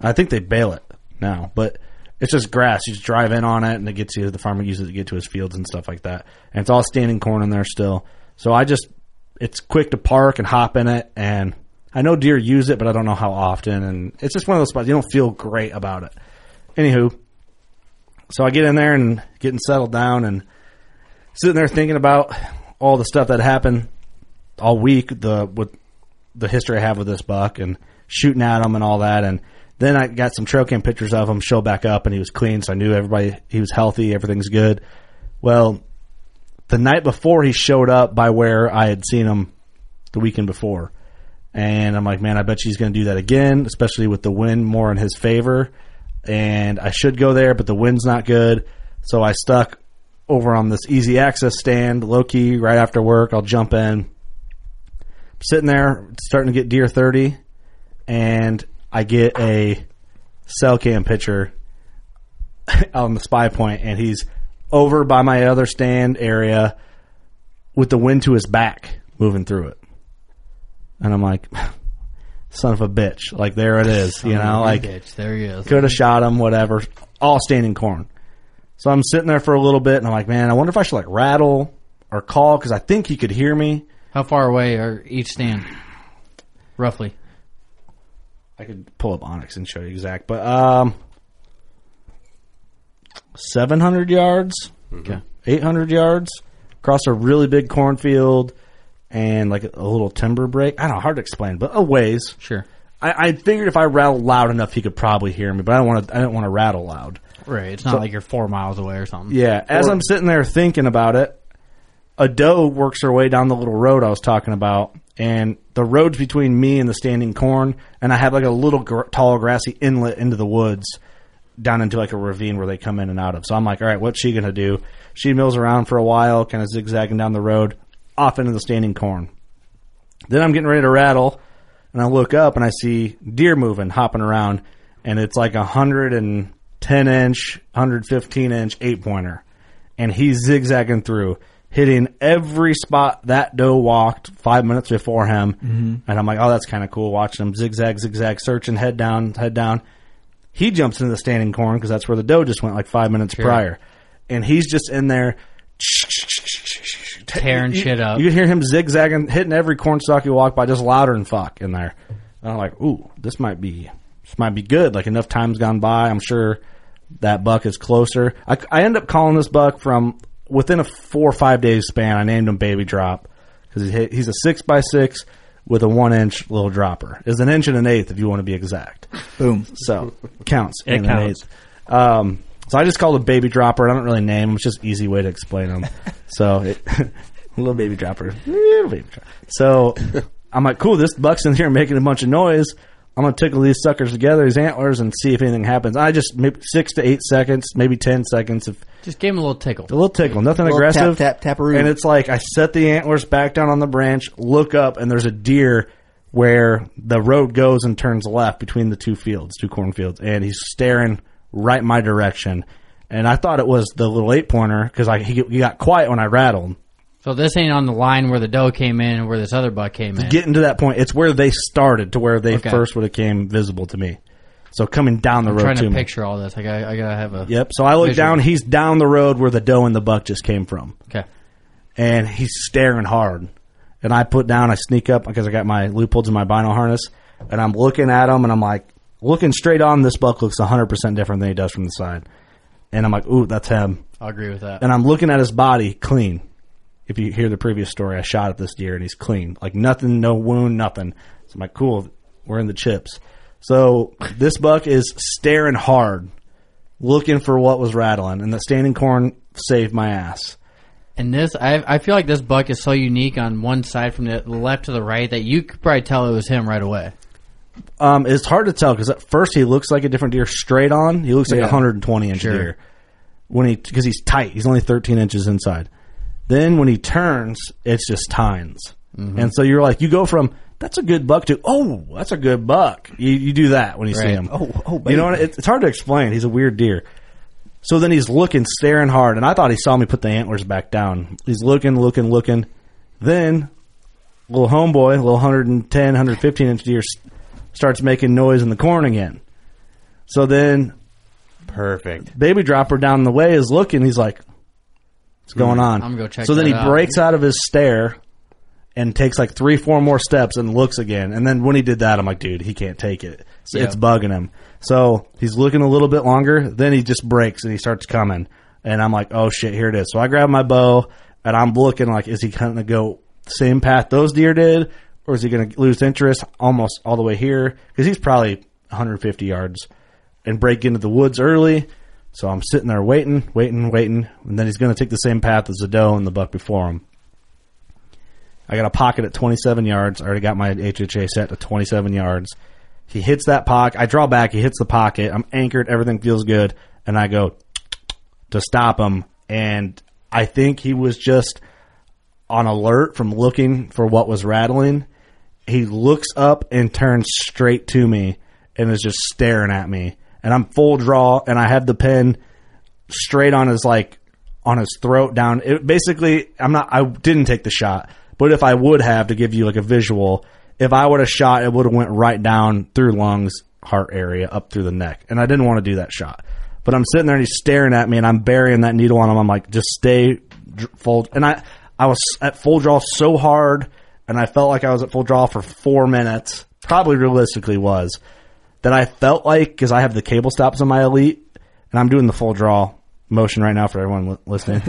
I think they bail it now, but it's just grass. You just drive in on it, and it gets you. The farmer uses it to get to his fields and stuff like that. And it's all standing corn in there still. So I just it's quick to park and hop in it. And I know deer use it, but I don't know how often. And it's just one of those spots you don't feel great about it. Anywho, so I get in there and getting settled down and sitting there thinking about all the stuff that happened all week the with the history I have with this buck and shooting at him and all that and then I got some trail cam pictures of him show back up and he was clean so I knew everybody he was healthy everything's good well the night before he showed up by where I had seen him the weekend before and I'm like man I bet she's going to do that again especially with the wind more in his favor and I should go there but the wind's not good so I stuck over on this easy access stand, low key, right after work. I'll jump in. Sitting there, starting to get deer 30, and I get a cell cam picture on the spy point, and he's over by my other stand area with the wind to his back moving through it. And I'm like, son of a bitch. Like, there it is. You Son of know, a like, bitch. There he is. could have shot him, whatever. All standing corn. So I'm sitting there for a little bit, and I'm like, man, I wonder if I should like rattle or call because I think he could hear me. How far away are each stand? Roughly. I could pull up Onyx and show you exact, but um, seven hundred yards, Okay. eight hundred yards across a really big cornfield and like a, little timber break. I don't know, hard to explain, but a ways. Sure. I, I figured if I rattled loud enough, he could probably hear me, but I don't want to. I didn't want to rattle loud. Right. It's not So- like you're four miles away or something. Yeah, as Or- I'm sitting there thinking about it, a doe works her way down the little road I was talking about, and the road's between me and the standing corn, and I have like a little gr- tall grassy inlet into the woods down into like a ravine where they come in and out of. So I'm like, all right, what's she going to do? She mills around for a while, kind of zigzagging down the road, off into the standing corn. Then I'm getting ready to rattle, and I look up and I see deer moving, hopping around, and it's like a hundred and ten inch, hundred fifteen inch eight pointer, and he's zigzagging through, hitting every spot that doe walked five minutes before him. Mhm. And I'm like, oh, that's kind of cool, watching him zigzag, zigzag, searching, head down, head down. He jumps into the standing corn because that's where the doe just went like five minutes Sure. prior, and he's just in there Tearing you- shit up. You hear him zigzagging, hitting every corn stalk you walk by, just louder than fuck in there. And I'm like, ooh, this might be this might be good. Like enough time's gone by, I'm sure that buck is closer. I, I end up calling this buck from within a four or five days span. I named him Baby Drop because he hit, he's a six by six with a one inch little dropper. It's an inch and an eighth if you want to be exact. Boom. So counts. It and an counts. eighth. Um, so I just called him Baby Dropper. and I don't really name him. It's just an easy way to explain him. so it, little baby dropper. Little baby dropper. So I'm like, cool, this buck's in here making a bunch of noise. I'm gonna tickle these suckers together, these antlers, and see if anything happens. I just maybe six to eight seconds, maybe ten seconds. If Just give him a little tickle. a little tickle, nothing Little aggressive. tap, tap, taparoo. And it's like I set the antlers back down on the branch, look up, and there's a deer where the road goes and turns left between the two fields, two cornfields, and he's staring right my direction. And I thought it was the little eight pointer because I he, he got quiet when I rattled. So this ain't on the line where the doe came in and where this other buck came in. Getting to that point, it's where they started to where they Okay. first would have came visible to me. So coming down the I'm road trying to me. picture all this. I got I gotta have a Yep. So I look visual. down. He's down the road where the doe and the buck just came from. Okay. And he's staring hard. And I put down. I sneak up because I got my loopholes in my vinyl harness, and I'm looking at him, and I'm like, looking straight on. This buck looks 100 percent different than he does from the side. And I'm like, ooh, that's him. I agree with that. And I'm looking at his body clean. If you hear the previous story, I shot at this deer and he's clean, like nothing, no wound, nothing. So I'm like, cool, we're in the chips. So this buck is staring hard, looking for what was rattling, and the standing corn saved my ass. And this, I, I feel like this buck is so unique on one side from the left to the right that you could probably tell it was him right away. Um, it's hard to tell because at first he looks like a different deer straight on. He looks like a Yeah. 120 inch Sure. deer when he because he's tight. He's only 13 inches inside. Then when he turns, it's just tines. Mhm. And so you're like, you go from that's a good buck to oh, that's a good buck. You, you do that when you see Right. him. Oh, oh, you baby. know what? It, it's hard to explain. He's a weird deer. So then he's looking, staring hard, and I thought he saw me put the antlers back down. He's looking, looking, looking. Then little homeboy, little 110, 115 inch deer s- starts making noise in the corn again. So then Perfect. baby dropper down the way is looking. He's like, what's going Hmm, on? I'm gonna go check So then that he out. breaks out of his stare and takes like three, four more steps and looks again. And then when he did that, I'm like, dude, he can't take it. So Yeah. It's bugging him. So he's looking a little bit longer. Then he just breaks and he starts coming. And I'm like, oh shit, here it is. So I grab my bow and I'm looking like, is he going to go the same path those deer did? Or is he going to lose interest almost all the way here? Because he's probably 150 yards and break into the woods early. So I'm sitting there waiting, waiting, waiting, and then he's going to take the same path as the doe and the buck before him. I got a pocket at 27 yards. I already got my HHA set to 27 yards. He hits that pocket. I draw back. He hits the pocket. I'm anchored. Everything feels good. And I go to stop him. And I think he was just on alert from looking for what was rattling. He looks up and turns straight to me and is just staring at me. And I'm full draw and I have the pen straight on his like on his throat down. It basically I'm not I didn't take the shot, but if I would have to give you like a visual, if I would have shot it would have went right down through lungs, heart area, up through the neck. And I didn't want to do that shot. But I'm sitting there and he's staring at me and I'm burying that needle on him. I'm like just stay dr- full and I I was at full draw so hard and I felt like I was at full draw for 4 minutes. Probably realistically was that I felt like because I have the cable stops on my elite, and I'm doing the full draw motion right now for everyone li- listening.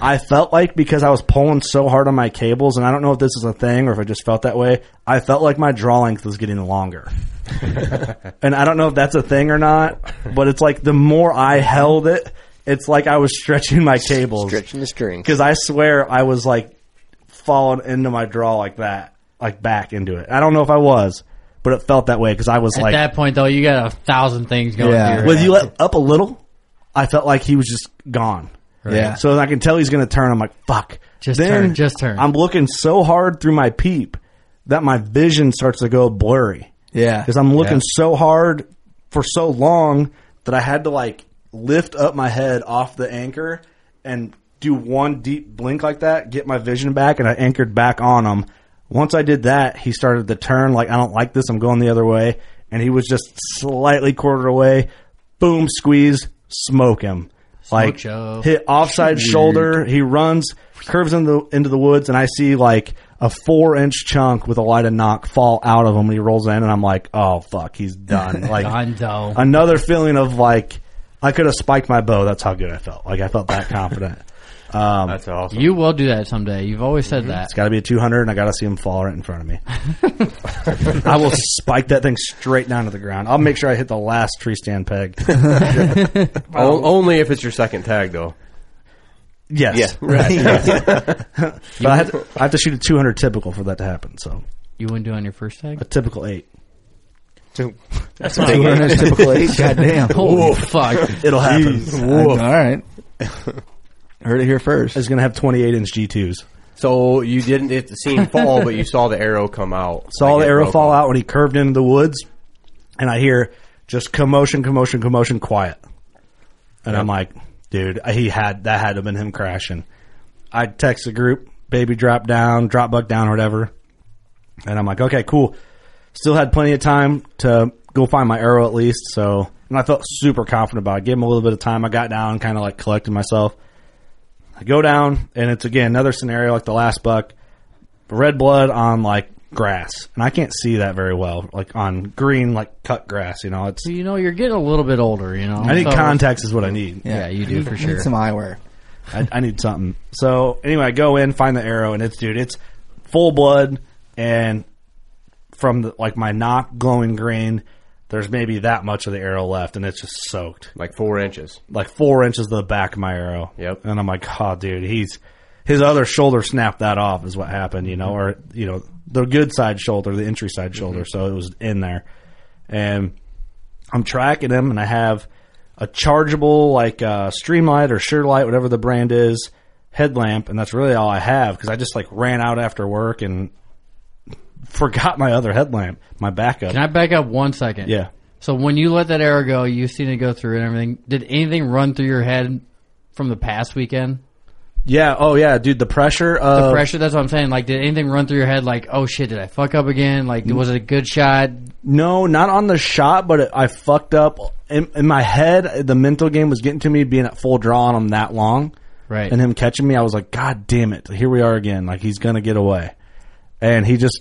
I felt like because I was pulling so hard on my cables, and I don't know if this is a thing or if I just felt that way. I felt like my draw length was getting longer, and I don't know if that's a thing or not. But it's like the more I held it, it's like I was stretching my cables, Stretching the string. because I swear I was like falling into my draw like that, like back into it. I don't know if I was, but it felt that way because I was At like that point, though, you got a thousand things going through. your With head. you uh, let up a little, I felt like he was just gone. Right. Yeah. So I can tell he's going to turn. I'm like, fuck. Just turn, just turn. I'm looking so hard through my peep that my vision starts to go blurry. Yeah. Because I'm looking Yeah. so hard for so long that I had to like lift up my head off the anchor and do one deep blink like that, get my vision back, and I anchored back on him. Once I did that, he started to turn like, I don't like this, I'm going the other way. And he was just slightly quartered away. Boom, squeeze, smoke him. Like Joe. hit offside Shoot. shoulder. He runs, curves into the, into the woods, and I see like a four inch chunk with a light of knock fall out of him when he rolls in, and I'm like, oh fuck, he's done. Like Done, though. another feeling of like I could have spiked my bow. That's how good I felt. Like I felt that confident. Um, That's awesome. You will do that someday. You've always said that. It's got to be a 200, and I got to see him fall right in front of me. I will spike that thing straight down to the ground. I'll make sure I hit the last tree stand peg. O- only if it's your second tag, though. Yes. Yeah, right. Yes. but I have, to, I have to shoot a 200 typical for that to happen. So You wouldn't do it on your first tag. a typical eight. to That's to not take good. it. That's typical age. Goddamn. Holy Woof. fuck! It'll happen. Jeez. Woof. I- All right. Heard it here first. It's going to have 28 inch G2s. So you didn't get to see him fall, but you saw the arrow come out. Saw Like the it arrow broke fall off. out when he curved into the woods, and I hear just commotion, commotion, commotion, quiet. And I'm like, dude, he had that had to have been him crashing. I text the group, baby drop down, drop buck down, or whatever. And I'm like, okay, cool. Still had plenty of time to go find my arrow at least. So, and I felt super confident about it. Gave him a little bit of time. I got down, kind of like collected myself. I go down, and it's again another scenario like the last buck. Red blood on like grass, and I can't see that very well. Like on green, like cut grass. You know, it's So you know you're getting a little bit older. You know, I need Oh, So- contacts is what I need. Yeah, you do I need- I for need sure. some eyewear. I, I need something. So anyway, I go in, find the arrow, and it's dude, it's full blood, and from the, like my knock glowing green, there's maybe that much of the arrow left, and it's just soaked, like four inches, like four inches of the back of my arrow. Yep. And I'm like, oh, dude, he's his other shoulder snapped that off, is what happened, you know, Mm-hmm. or you know, the good side shoulder, the entry side shoulder, so it was in there, and I'm tracking him, and I have a chargeable like uh, Streamlight or Surelight, whatever the brand is, headlamp, and that's really all I have because I just like ran out after work and forgot my other headlamp, my backup. Can I back up one second? Yeah. So when you let that arrow go, you've seen it go through and everything. Did anything run through your head from the past weekend? yeah. Oh yeah, dude. The pressure. The Of, pressure. That's what I'm saying. Like, did anything run through your head? Like, oh shit, did I fuck up again? Like, Mm-hmm. was it a good shot? No, not on the shot, but it, I fucked up in, in my head. The mental game was getting to me, being at full draw on him that long, Right. And him catching me, I was like, God damn it! Here we are again. Like he's gonna get away, and he just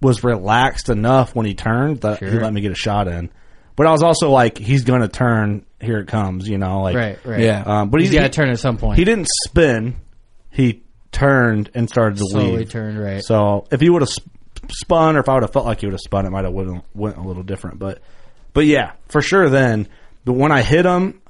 was relaxed enough when he turned that he Sure. let me get a shot in. But I was also like, he's gonna turn. Here it comes, you know, like Right, right. yeah. Um, but He's he- gotta turn at some point. He didn't spin. He turned and started to Slowly leave. turned, right. So if he would have sp- spun, or if I would have felt like he would have spun, it might have went, went a little different. But but yeah, for sure. Then the when I hit him,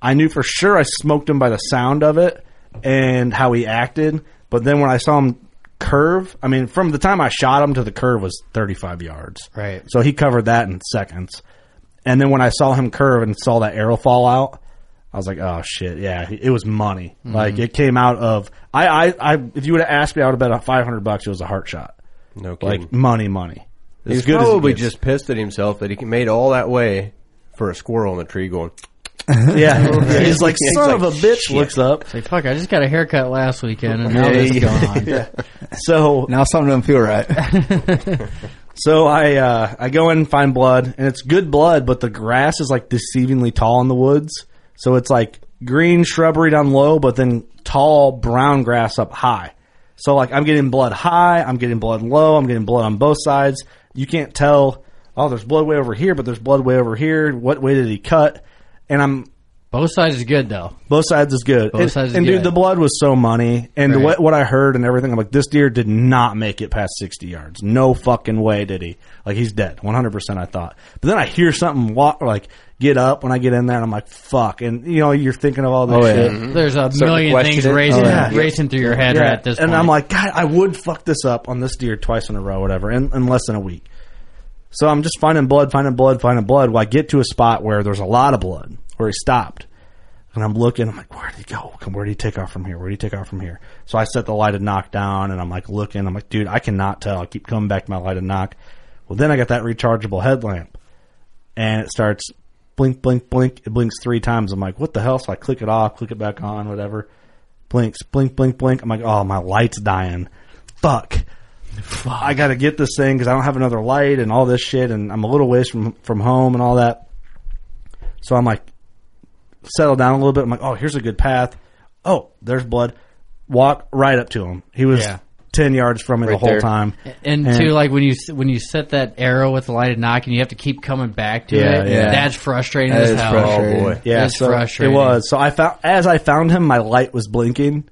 I knew for sure I smoked him by the sound of it and how he acted. But then when I saw him curve, I mean, from the time I shot him to the curve was 35 yards. Right. So he covered that in seconds. And then when I saw him curve and saw that arrow fall out, I was like, oh shit, yeah, it was money. Like it came out of I, I, I if you would have asked me, I would have bet 500 bucks it was a heart shot. No Like kidding. money, money. He was as it probably gets. just pissed at himself that he made all that way for a squirrel in the tree going. yeah. He's like He's son like, of a bitch. shit. Looks up. It's like, fuck, I just got a haircut last weekend, and now Yeah, this is yeah. going on. Yeah. So now something doesn't feel right. So I uh, I go in and find blood, and it's good blood, but the grass is like deceivingly tall in the woods. So it's like green shrubbery down low, but then tall brown grass up high. So like I'm getting blood high, I'm getting blood low, I'm getting blood on both sides. You can't tell. Oh, there's blood way over here, but there's blood way over here. What way did he cut? And I'm Both sides is good though. both sides is good. Both and, sides is and good. dude, the blood was so money. And Right. what what I heard and everything, I'm like, this deer did not make it past 60 yards. No fucking way did he. Like he's dead, 100. percent I thought. But then I hear something walk, like get up when I get in there, and I'm like, fuck. And you know, you're thinking of all this Oh, yeah. shit. Mhm. There's a Starting to million question things it. racing- racing through your head right at this Oh, And point. I'm like, God, I would fuck this up on this deer twice in a row, whatever, in, in less than a week. So I'm just finding blood, finding blood, finding blood. Well, I get to a spot where there's a lot of blood, where he stopped. And I'm looking, I'm like, where did he go? Come- Where did he take off from here? Where did he take off from here? So I set the light and knock down and I'm like looking. I'm like, dude, I cannot tell. I keep coming back to my light and knock. Well, then I got that rechargeable headlamp and it starts blink, blink, blink. It blinks three times. I'm like, what the hell? So I click it off, click it back on, whatever. Blinks, blink, blink, blink. I'm like, oh, my light's dying. Fuck. I got to get this thing because I don't have another light and all this shit, and I'm a little ways from from home and all that. So I'm like, settle down a little bit. I'm like, oh, here's a good path. Oh, there's blood. Walk right up to him. He was Yeah. ten yards from me the Right whole there. time. And, too, like when you when you set that arrow with the lighted knock, and you have to keep coming back to Yeah, it. yeah. That's frustrating That as is Oh, hell. frustrating. Yeah, that's so frustrating. It was. So I found as I found him, my light was blinking,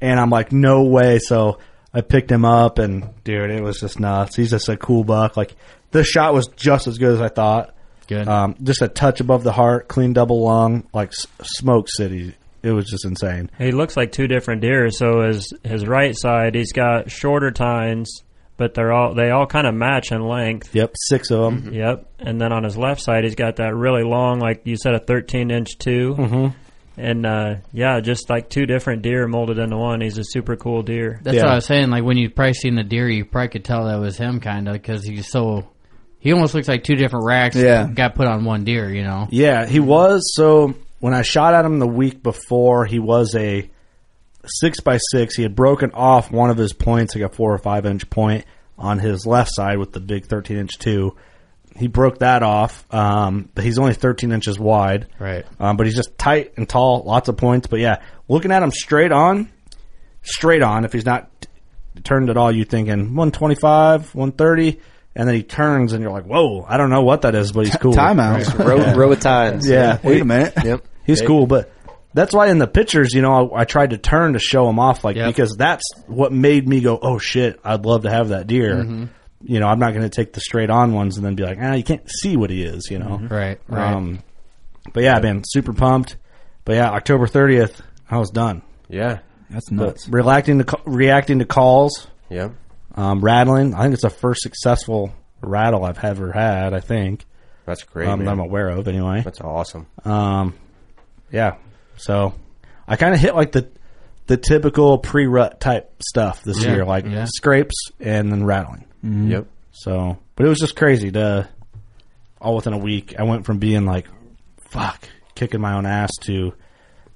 and I'm like, no way. So I picked him up, and dude, it was just nuts. He's just a cool buck. Like this shot was just as good as I thought. Good. Um, just a touch above the heart, clean double lung, like s- smoke city. It was just insane. He looks like two different deer. So his his right side, he's got shorter tines but they're all they all kind of match in length. Yep, six of them. Yep, and then on his left side, he's got that really long, like you said, a thirteen inch 2 Mhm. and uh, yeah, just like two different deer molded into one. He's a super cool deer. That's what I was saying. Like when you probably seen the deer, you probably could tell that was him, kind of, because he's so. He almost looks like two different racks. Yeah. that got put on one deer. You know. Yeah, he was. So when I shot at him the week before, he was a six by six. He had broken off one of his points, like a four or five inch point on his left side with the big 13 inch two. He broke that off, um, but he's only 13 inches wide. Right. Um, but he's just tight and tall, lots of points. But yeah, looking at him straight on, straight on, if he's not t- turned at all, you're thinking 125, 130. And then he turns, and you're like, "Whoa! I don't know what that is, but he's cool." Timeout. Row- row of tines. Yeah. Wait a minute. Yep. He's Hey. cool, but that's why in the pictures, you know, I, I tried to turn to show him off, like because that's what made me go, "Oh shit, I'd love to have that deer." Mhm. You know, I'm not going to take the straight on ones and then be like, "Ah, you can't see what he is," you know. Right, Mm-hmm. right. Um, but yeah, man, super pumped. But yeah, October 30th, I was done. Yeah. That's But reacting to ca- reacting to calls. Yep. Um, rattling. I think it's the first successful rattle I've ever had. I think. That's great, Um, that man. I'm aware of anyway. That's awesome. Um, yeah. So I kind of hit like the the typical pre rut type stuff this Yeah, year, like yeah. scrapes and then rattling. Mhm. Yep. So, but it was just crazy to all within a week. I went from being like, fuck, kicking my own ass to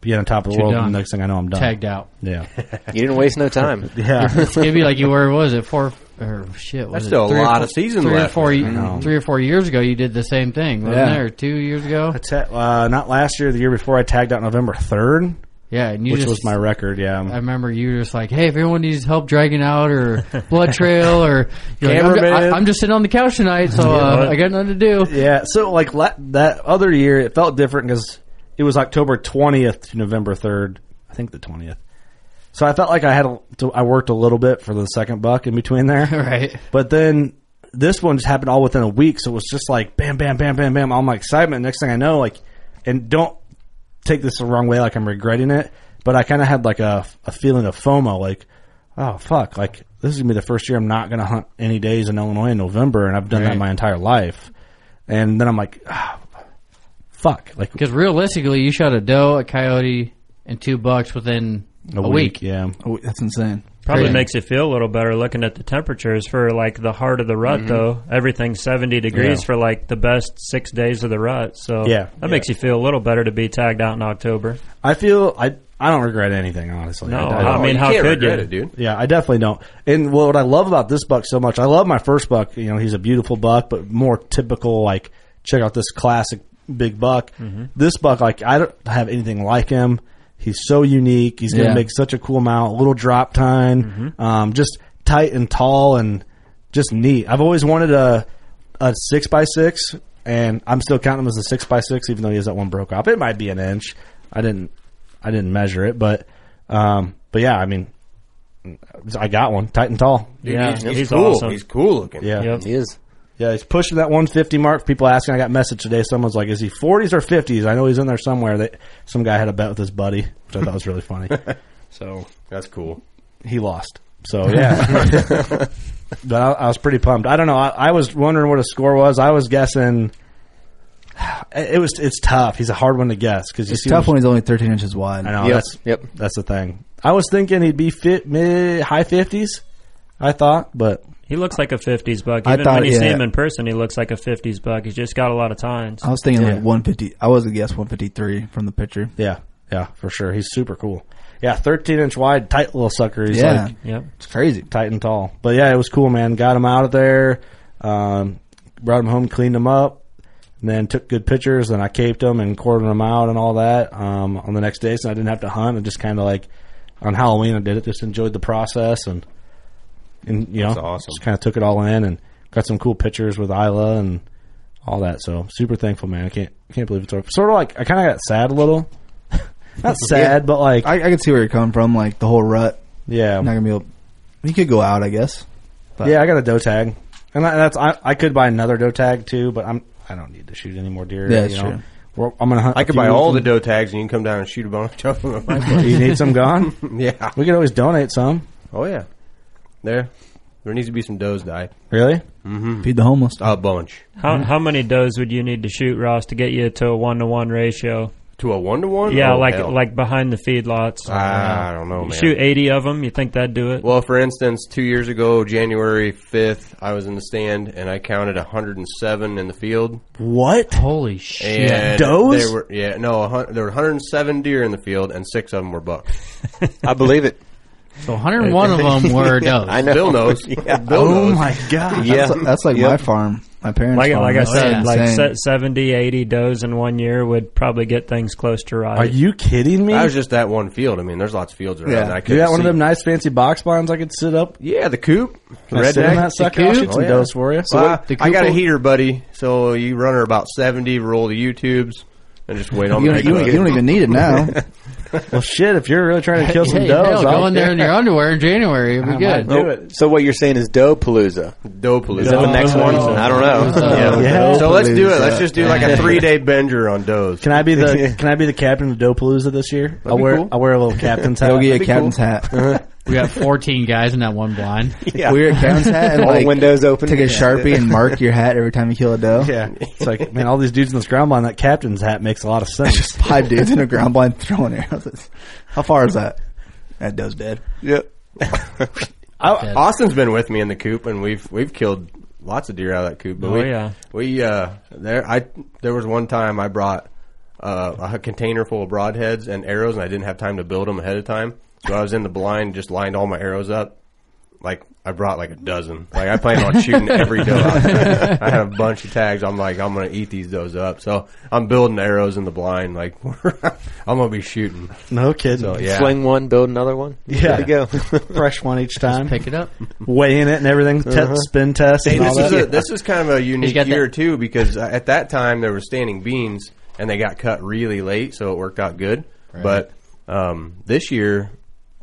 being on top of the You're world. done. And the next thing I know, I'm done. Tagged out. Yeah. You didn't waste no time. yeah. it's gonna be like you were. Was it four? Or shit. Was That's it still a three or lot four- of season three left. Or four, I ye- know. three or four years ago, you did the same thing, wasn't Yeah. there? Two years ago. I ta- uh, not last year, the year before, I tagged out November 3rd. Yeah, and you which just- was my record. Yeah. I remember you were just like, "Hey, if anyone needs help dragging out or blood trail or you're like, I'm, ju- Cameraman. I, am just sitting on the couch tonight, so uh, I got nothing to do." Yeah, so like la- that other year, it felt different because it was October twentieth to November third. I think the twentieth. So I felt like I had a, to, I worked a little bit for the second buck in between there, right? But then this one just happened all within a week, so it was just like bam, bam, bam, bam, bam, all my excitement. Next thing I know, like, and don't take this the wrong way, like I'm regretting it, but I kind of had like a, a feeling of FOMO, like, oh fuck, like this is gonna be the first year I'm not gonna hunt any days in Illinois in November, and I've done that Right. my entire life, and then I'm like, ah, fuck, like Because realistically, you shot a doe, a coyote, and two bucks within a, week. yeah, that's insane. Probably Crazy. makes you feel a little better looking at the temperatures for like the heart of the rut, Mhm. though. Everything's 70 degrees Yeah. for like the best six days of the rut. So Yeah, that makes you feel a little better to be tagged out in October. I feel I I don't regret anything honestly. No, Oh, I, I mean, You how can't could regret you? it, dude? Yeah, I definitely don't. And what I love about this buck so much, I love my first buck. You know, he's a beautiful buck, but more typical like check out this classic big buck. Mhm. This buck, like I don't have anything like him. He's so unique. He's going to Yeah. make such a cool mount. Little drop time, um, just tight and tall and just neat. I've always wanted a a six by six, and I'm still counting him as a six by six, even though he has that one broke off. It might be an inch. I didn't I didn't measure it, but um, but yeah, I mean, I got one tight and tall. Dude, yeah, he's- he's He's cool. awesome. He's cool looking. Yeah, Yep. He is. Yeah, he's pushing that 150 mark. People asking. I got a message today. Someone's like, "Is he 40s or 50s?" I know he's in there somewhere. That some guy had a bet with his buddy, which I thought was really funny. so that's cool. He lost. So yeah, but I, I was pretty pumped. I don't know. I, I was wondering what his score was. I was guessing. It was. It's tough. He's a hard one to guess because you It's see tough him- when he's only 13 inches wide. I know. That's yep. That's the thing. I was thinking he'd be fit mid high fifties. I thought, but He looks like a 50s buck. I Even thought- when you see yeah. him in person, he looks like a 50s buck. He's just got a lot of tines. Uh, I was thinking like 150. I was going to guess 153 from the picture. Yeah. Yeah, for sure. He's super cool. yeah, thirteen inch wide, tight little sucker. He's Yeah. like, yep. it's crazy, tight and tall. But yeah, it was cool, man. Got him out of there. Um, brought him home, cleaned him up, and then took good pictures. Then I caped him and quartered him out and all that um, on the next day, so I didn't have to hunt. I just kind of like on Halloween, I did it. Just enjoyed the process and and you know, That's awesome. just kind of took it all in and got some cool pictures with Isla and all that. So super thankful, man. I can't can't believe it's over. Sort of like I kind of got sad a little. Not sad, but like I, I could see where you're coming from. Like the whole rut. Yeah, not gonna be able. You could go out, I guess. But- Yeah, I got a doe tag, and I, that's I, I could buy another doe tag too, but I'm I don't need to shoot any more deer. Yeah, that's you know. true. We're- I'm gonna hunt. I a could few buy of all the them. doe tags, and you can come down and shoot a bunch of them. at my place. you need some gone? yeah, we could always donate some. Oh yeah, there. There needs to be some does died. Really? Mm-hmm. Feed the homeless. Uh, A bunch. How how many does would you need to shoot, Ross, to get you to a one to one ratio? To a one to one? Yeah, Oh, like hell. like behind the feedlots. I don't know, man. Shoot eighty of them. You think that'd do it? Well, for instance, two years ago, January 5th, I was in the stand and I counted 107 in the field. What? Holy shit! And Does? They were, yeah, no, a hun- there were 107 deer in the field and six of them were bucks. I believe it. So 101 of them were does. I know. Oh, Bill knows. Bill oh knows. my god. That's, Yeah. that's like Yep. my farm. My parents. Like, farm. like I That's said, like insane. se- 70, 80 does in one year would probably get things close to right. Are you kidding me? I was just that one field. I mean, there's lots of fields around. and I you couldn't got one of see. them nice fancy box blinds I could sit up. Yeah, the coop. Can I sit in that sucker? I'll shoot some does for you. Well, The I got a coop- heater, buddy. So you run her about 70, roll the YouTubes, and just wait on You the don't- you don't- you don't even need it now. well, shit, if you're really trying to kill some hey, does, Hell, I'll- go in there in your underwear in January. It'd be good. So what you're saying is Doe Palooza. Doe Palooza. Is that the next one? Doe-palooza. I don't know. Yeah. Yeah. So let's do it. Doe-palooza. Let's just do like a three day benger on does. Can I be the Can I be the captain of Dopalooza this year? I'll be wear cool. I'll wear a little captain's hat. Go get a That'd be captain's cool. hat. We got 14 guys in that one blind. Yeah. Wear a captain's hat and All like windows open. Take a Yeah. sharpie and mark your hat every time you kill a doe. Yeah, it's like man, all these dudes in this ground blind. That captain's hat makes a lot of sense. Five dudes in a ground blind throwing arrows. How far is that? That doe's dead. Yep. I, Austin's been with me in the coop, and we've we've killed lots of deer out of that coop. But Oh, we, yeah. we uh, there I there was one time I brought uh, a container full of broadheads and arrows, and I didn't have time to build them ahead of time, so I was in the blind, just lined all my arrows up. Like I brought like a dozen. Like I planned on shooting every doe. out there. I had a bunch of tags. I'm like I'm gonna eat these does up. So I'm building arrows in the blind. Like I'm gonna be shooting. No kidding. So yeah. Sling one, build another one. Yeah. Good to go. Fresh one each time. pick it up. Weighing it and everything. Te- Uh-huh. Spin test. Hey, and all this is that. a, this is kind of a unique got that- year too because uh, at that time there were standing beans and they got cut really late, so it worked out good. But um, this year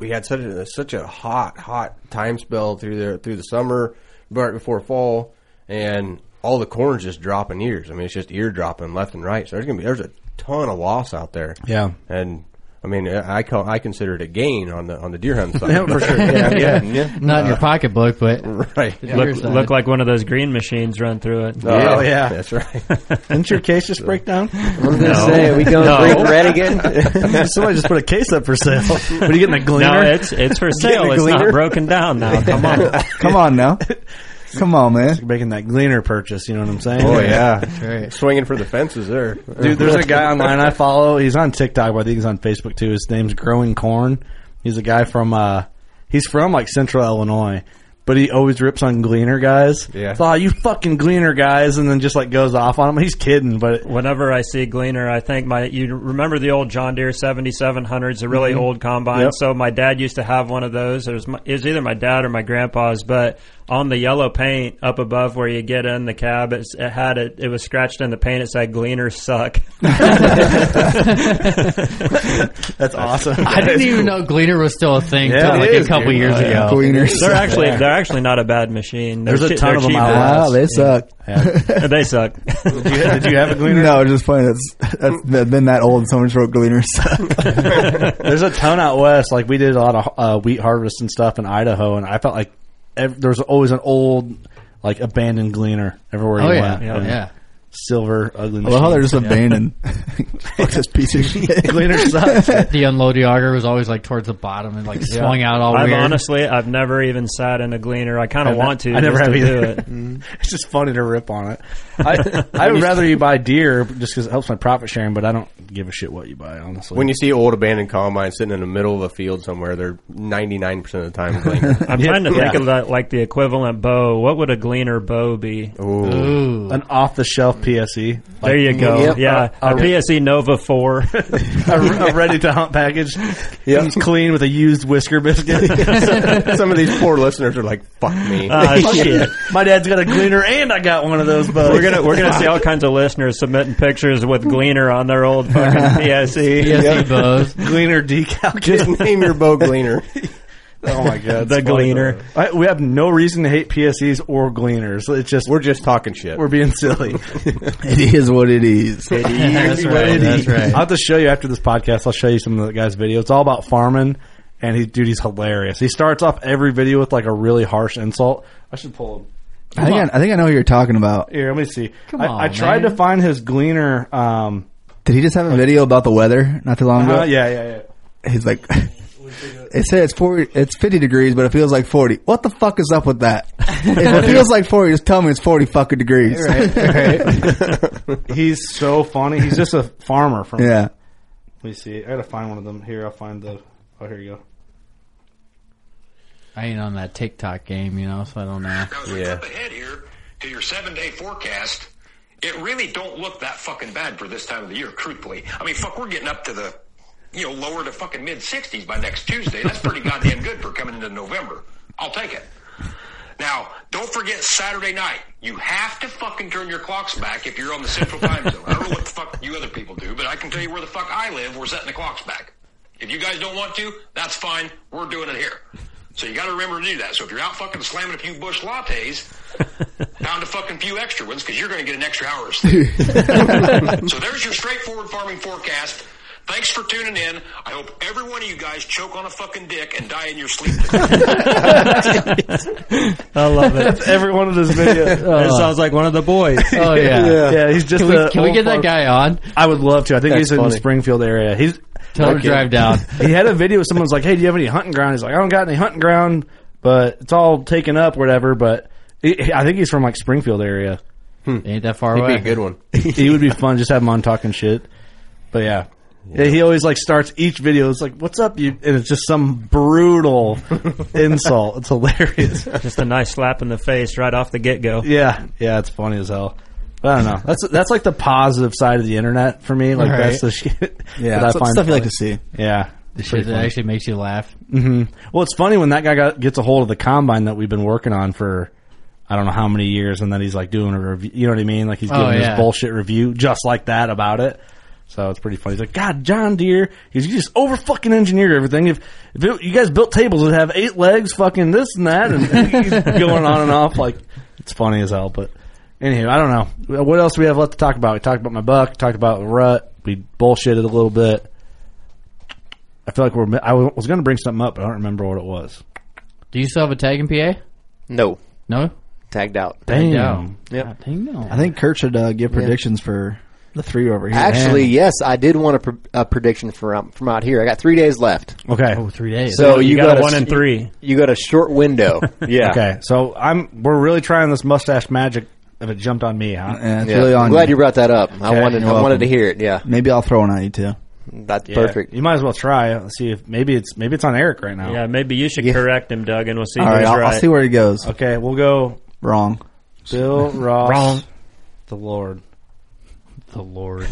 we had such a such a hot hot time spell through the through the summer, right before fall, and all the corn's just dropping ears. I mean, it's just ear dropping left and right. So there's gonna be there's a ton of loss out there. Yeah. and. I mean, I call, I consider it a gain on the on the deer hunting side. Yeah, for sure. yeah, yeah, Not in your pocketbook, but right. Yeah, Look, here's that. look like one of those green machines run through it. Oh yeah, that's right. Didn't your case just break down? I was gonna No. say, are we going green red again? Somebody just put a case up for sale. What are you getting a No, gleaner? it's it's for Getting sale. a It's not gleaner? broken down now. Come on. Come on now. Come on, man. Making that gleaner purchase, you know what I'm saying? Oh yeah, right. swinging for the fences there, Dude, there's a guy online I follow. He's on TikTok, but I think he's on Facebook too. His name's Growing Corn. He's a guy from uh he's from like central Illinois. But he always rips on Gleaner guys. Yeah. So, "Oh, you fucking Gleaner guys, and then just like goes off on him. He's kidding, but Whenever I see Gleaner, I think my you remember the old John Deere 7700s, a really old combine. Yep. So my dad used to have one of those. It was, my, it was either my dad or my grandpa's, but on the yellow paint up above where you get in the cab, it's, it had it. It was scratched in the paint. It said "Gleaners suck." that's awesome. I didn't even know Gleaner was still a thing Yeah, till it like is, a couple dude. years Oh, yeah. ago. Gleaners. They're actually they're actually not a bad machine. They're There's a chea- ton they're of them cheap out ass. Wow, they suck. they suck. Did you, did you have a Gleaner? No, just playing. That's, that's that- been that old. and Someone just wrote gleaners. There's a ton out west. Like we did a lot of uh, wheat harvest and stuff in Idaho, and I felt like ev- there was always an old, like abandoned gleaner everywhere Oh, you yeah. went. Yeah. And Yeah. Silver ugly. I love how they're just machines. abandoned. Fuck this piece of shit. Gleaner sucks. The unload auger was always like towards the bottom and like swung out all I've weird. honestly I've never even sat in a Gleaner. I kind I of want to. I never just have to either. Mm-hmm. do it. it's just funny to rip on it. I, I would rather you buy deer just because it helps my profit sharing, but I don't give a shit what you buy. Honestly, When you see old abandoned combine sitting in the middle of a field somewhere, they're ninety nine percent of the time clean. I'm Yeah. trying to think Yeah. of that, like the equivalent bow. What would a gleaner bow be? Ooh, Ooh. an off the shelf PSE, There you go. Uh, Yep. Yeah, a PSE Nova four. a, ready to hunt package. Comes clean with a used whisker biscuit. some of these poor listeners are like, "Fuck me." Uh, Ah, shit. My dad's got a gleaner and I got one of those bows. We're gonna we're gonna see all kinds of listeners submitting pictures with gleaner on their old fucking E. PSE. PSE bows. gleaner decal. Just name your bow gleaner. oh my god, The gleaner. I, we have no reason to hate PSEs or gleaners. It's just We're just talking shit. we're being silly. It is what it is. That's right. That's right. I'll have to show you after this podcast. I'll show you some of the guys' video. It's all about farming and he dude, he's hilarious. He starts off every video with like a really harsh insult. I should pull him. I think I, I think I know who you're talking about. Here, let me see. Come I, on, I tried man. to find his Gleaner. Um, Did he just have a video about the weather not too long ago? uh, yeah, yeah, yeah. He's like, it said it's forty, it's fifty degrees, but it feels like forty. What the fuck is up with that? if it feels like forty, just tell me it's forty fucking degrees. Right, right. he's so funny. He's just a farmer from. Yeah. Let me see. I gotta find one of them. Here, I'll find the. Oh, here you go. I ain't on that TikTok game, you know, so I don't know. Yeah. ahead here to your seven day forecast, it really don't look that fucking bad for this time of the year, truthfully. I mean, fuck, we're getting up to the, you know, lower to fucking mid 60s by next Tuesday. That's pretty goddamn good for coming into November. I'll take it. Now, don't forget Saturday night. You have to fucking turn your clocks back if you're on the central time zone. I don't know what the fuck you other people do, but I can tell you where the fuck I live. We're setting the clocks back. If you guys don't want to, that's fine. We're doing it here. So you got to remember to do that. So if you're out fucking slamming a few bush lattes, pound a fucking few extra ones because you're going to get an extra hour of sleep. so there's your straightforward farming forecast. Thanks for tuning in. I hope every one of you guys choke on a fucking dick and die in your sleep. I love it. That's every one of his videos. Oh. It sounds like one of the boys. Oh, yeah. yeah. He's just. Can we- a can we old get that farm- guy on? I would love to. I think That's he's in funny. the Springfield area. He's Tell him to Okay. drive down. he had a video. Someone's like, "Hey, do you have any hunting ground?" He's like, "I don't got any hunting ground, but it's all taken up, whatever." But he- I think he's from like Springfield area. Ain't that far Hmm. He'd be away. a good one. he would be fun. Just have him on talking shit. But yeah. Yeah, he always like starts each video. It's like, "What's up, you?" And it's just some brutal insult. It's hilarious. Just a nice slap in the face right off the get go. Yeah, yeah, it's funny as hell. But I don't know. That's that's like the positive side of the internet for me. Like Right. that's the shit. Yeah, that I that's find stuff you like funny. to see. Yeah, The pretty shit that funny. actually makes you laugh. hmm Well, it's funny when that guy got, gets a hold of the combine that we've been working on for I don't know how many years, and then he's like doing a review. You know what I mean? Like he's Oh, giving yeah. this bullshit review just like that about it. So it's pretty funny. He's like, God, John Deere, he's you just over fucking engineered everything. If, if it, you guys built tables that have eight legs, fucking this and that, and he's going on and off. Like it's funny as hell. But anywho, I don't know Uh, what else do we have left to talk about. We talked about my buck, talked about rut. We bullshitted a little bit. I feel like we're. I was going to bring something up, but I don't remember what it was. Do you still have a tag in PA? No. No? Tagged out. Damn. Yep. I think Kurt should uh, give predictions for the three over here. Actually, yes, I did want a, pr- a prediction from from out here. I got three days left. Okay. Oh, three days. So You you, got a s- one and three. You got a short window. Yeah. Okay, so I'm. We're really trying this mustache magic. If it jumped on me, huh? Yeah, it's Yeah. really on I'm glad you brought that up. I wanted I wanted to hear it. Yeah. Maybe I'll throw one on you too. That's Yeah. perfect. You might as well try. it. Let's see if maybe it's maybe it's on Eric right now. Yeah, maybe you should correct him, Doug, and we'll see All if right, he's I'll, right. I'll see where he goes. Okay, we'll go Wrong. Bill Ross. Wrong. The Lord. The Lord.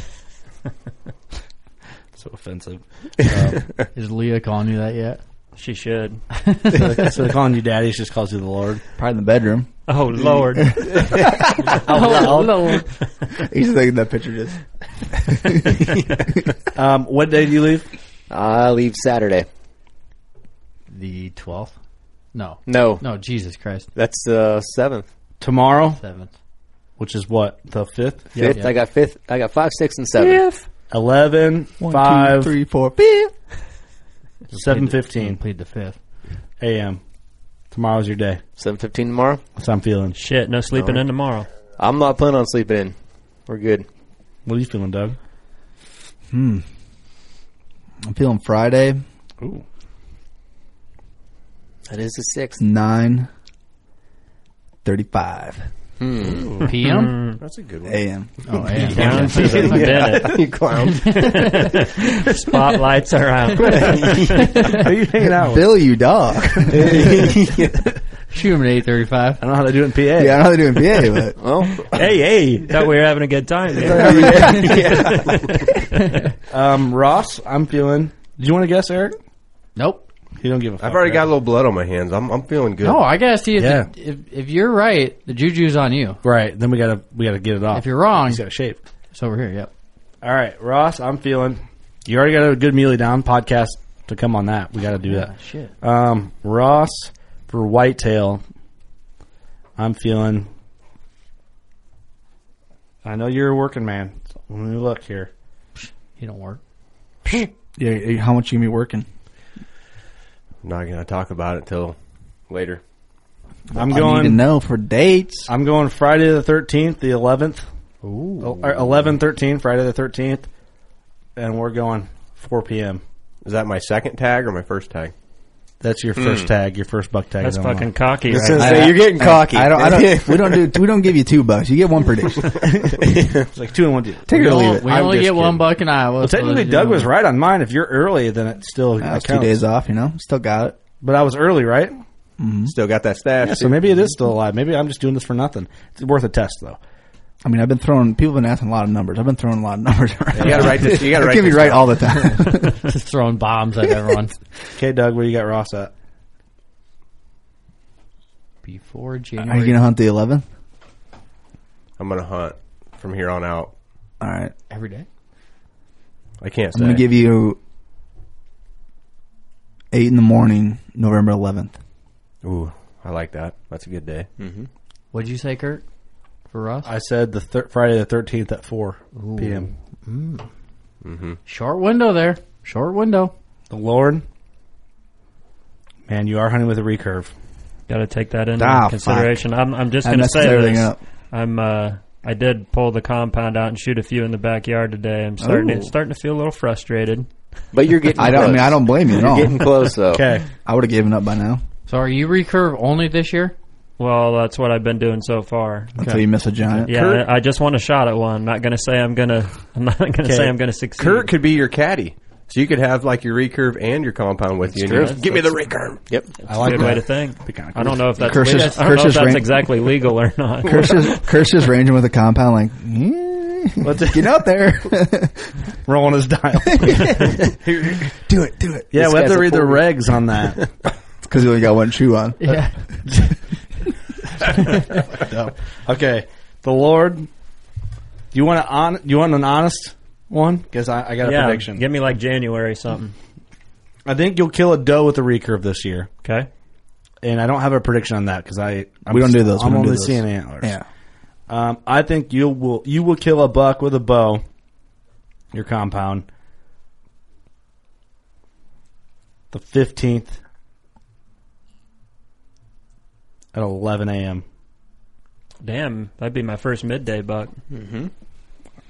so offensive. Um, Is Leah calling you that yet? She should. so, so calling you daddy she just calls you the Lord. Probably in the bedroom. Oh Lord. oh, Lord. He's thinking that picture just. um, what day do you leave? I leave Saturday. The 12th? No. No. No, Jesus Christ. That's the seventh. Tomorrow, 7th. which is what the fifth. Fifth. I got fifth. I got five, six, and seven. Eleven, One, five, two, three, four, five. seven fifteen Plead the 5th. a.m. Tomorrow's your day. Seven fifteen tomorrow. That's how I'm feeling. Shit, no sleeping in tomorrow. I'm not planning on sleeping in. We're good. What are you feeling, Doug? Hmm. I'm feeling Friday. Ooh. That is the It's sixth. nine thirty-five Hmm. PM? That's a good one. a.m. Oh, yeah. Down to the minute. you clown. Spotlights are out. Who you hanging out with? Bill, you dog. Shoot him at 8.35. I don't know how to do it in PA. yeah, I know how they do in PA, but Well, hey, hey! Thought we were having a good time. Um, Ross, I'm feeling. Do you want to guess, Eric? Nope. You don't give a fuck. I've already got a right? little blood on my hands. I'm, I'm feeling good. No, I gotta see if, Yeah. if if you're right, the juju's on you. right. Then we gotta we gotta get it off. If you're wrong, He's got to shave. it's over here. Yep. All right, Ross, I'm feeling. You already got a good mealy down podcast to come on that. We got to do that. Shit. Um, Ross for whitetail. I'm feeling. I know you're a working man. So let me look here. He don't work. yeah, how much you gonna be working? not going to talk about it till later. I'm I going need to know for dates. I'm going Friday the 13th, the Oh, 11th. Ooh. 11 13, Friday the 13th. And we're going 4 p.m. Is that my second tag or my first tag? That's your first Hmm. tag, your first buck tag. That's is online. fucking cocky This right is- now. Say, you're getting cocky. I don't. I don't we don't do. We don't give you two bucks. You get one per day. it's like two and one. Deal. Take it or leave it. We only get one buck in Iowa. Well, so technically, you Doug know. was right on mine. If you're early, then it still That's it two counts. days off. You know, still got it. But I was early, right? Still got that stash. Yeah, so too. maybe it is still alive. Maybe I'm just doing this for nothing. It's worth a test, though. I mean, I've been throwing. People have been asking a lot of numbers. I've been throwing a lot of numbers. Around. You gotta write this- you gotta I write give this you right down. all the time. just throwing bombs at everyone. Okay, Doug, where you got Ross at? Before Are January. you gonna hunt the 11th? I'm going to hunt from here on out. All right. Every day? I can't I'm gonna say. give you eight in the morning, November 11th. Ooh, I like that. That's a good day. Mm-hmm. What'd you say, Kurt? For Ross? I said the thir- Friday the 13th at 4 Ooh. p.m. Mm. Mm-hmm. Short window there. Short window. The Lord, man, you are hunting with a recurve. Got to take that into Ah, fuck. consideration. I'm, I'm just That going to messes say everything this. up. I'm. Uh, I did pull the compound out and shoot a few in the backyard today. I'm starting Ooh. to, starting to feel a little frustrated. But you're getting. I don't. I mean, I don't blame you at all. Okay. I would have given up by now. So are you recurve only this year? Well, that's what I've been doing so far. Until you miss a giant. Yeah, Kurt- I just want a shot at one. I'm not going to say I'm going to. I'm not going to say I'm going to succeed. Kurt could be your caddy. So you could have like your recurve and your compound with you. and true. you just, Give me the recurve. Yep. That's a good way to think. I don't know if that's, Curses- I don't know if curses that's rank- exactly legal or not. Curses, curses ranging with a compound like. "Yeah, Get out there. Rolling his dial. do it, do it. This Yeah, we have guy's to a read the fool. regs on that. Because you only got one shoe on. Yeah. okay, the Lord. You want an on? You want an honest one? Because I, I got a yeah, prediction. Give me like January something. I think you'll kill a doe with a recurve this year. Okay. And I don't have a prediction on that because I I'm We don't do those. We I'm don't do only those. seeing antlers. Yeah. Um, I think you will you will kill a buck with a bow. Your compound. The fifteenth at eleven a.m. Damn, that'd be my first midday buck. Mm-hmm.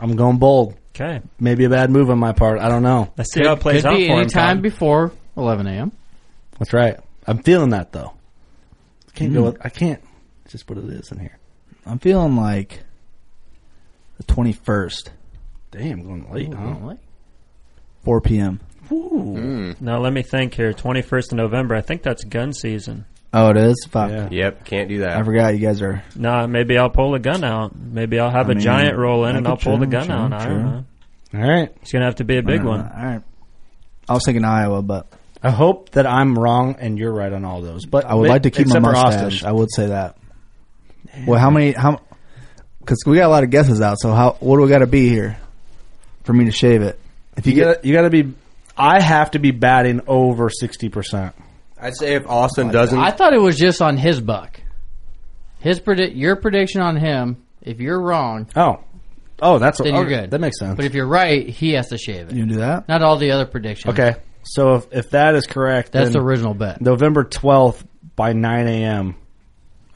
I'm going bold. Okay. Maybe a bad move on my part. I don't know. Let's see how it plays Could out be for any him, time Tom. before 11 a.m. That's right. I'm feeling that though. Can't go Mm. with. I can't. It's just what it is in here. I'm feeling like the 21st, Damn, going late, Ooh, huh? going late. 4 p.m. Now let me think here. Twenty first of November. I think that's gun season. Oh, it is? Fuck. Yep, can't do that. I forgot you guys are. Nah, maybe I'll pull a gun out. Maybe I'll have I a mean, giant roll in I and could I'll pull the try, gun try, out. I don't try. know. All right. It's gonna have to be a big Uh, one. All right. I was thinking Iowa, but I hope that I'm wrong and you're right on all those. But I would like to keep my except for mustache. Austin. I would say that. Well, how many? How? Because we got a lot of guesses out. So how? What do we got to be here for me to shave it? If You you, get, gotta, you gotta be. I have to be batting over sixty percent. I'd say if Austin doesn't, I thought it was just on his buck. His predict your prediction on him. If you're wrong, Oh, oh, that's then okay, you're good. That makes sense. But if you're right, he has to shave it. you do that, Not all the other predictions. okay, so if, if that is correct, That's then the original bet. November twelfth by nine a.m.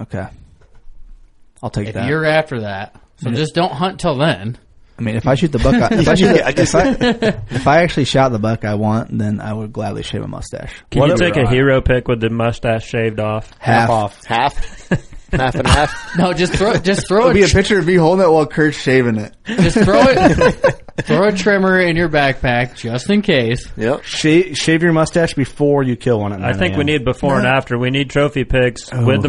okay. I'll take If that. you're after that, so just don't hunt till then. I mean, if I shoot the buck, I, if I shoot, the, if, I, if I actually shot the buck I want, then I would gladly shave a mustache. Can you Whatever. take a hero pick with the mustache shaved off? Half. Half off. Half, half and half. No, just throw just throw It'll a be a picture of me holding it while Kurt's shaving it. just throw it throw a trimmer in your backpack just in case. Yep. Shave, shave your mustache before you kill one. At 9 I think a.m. we need before and after. We need trophy picks Oh, with the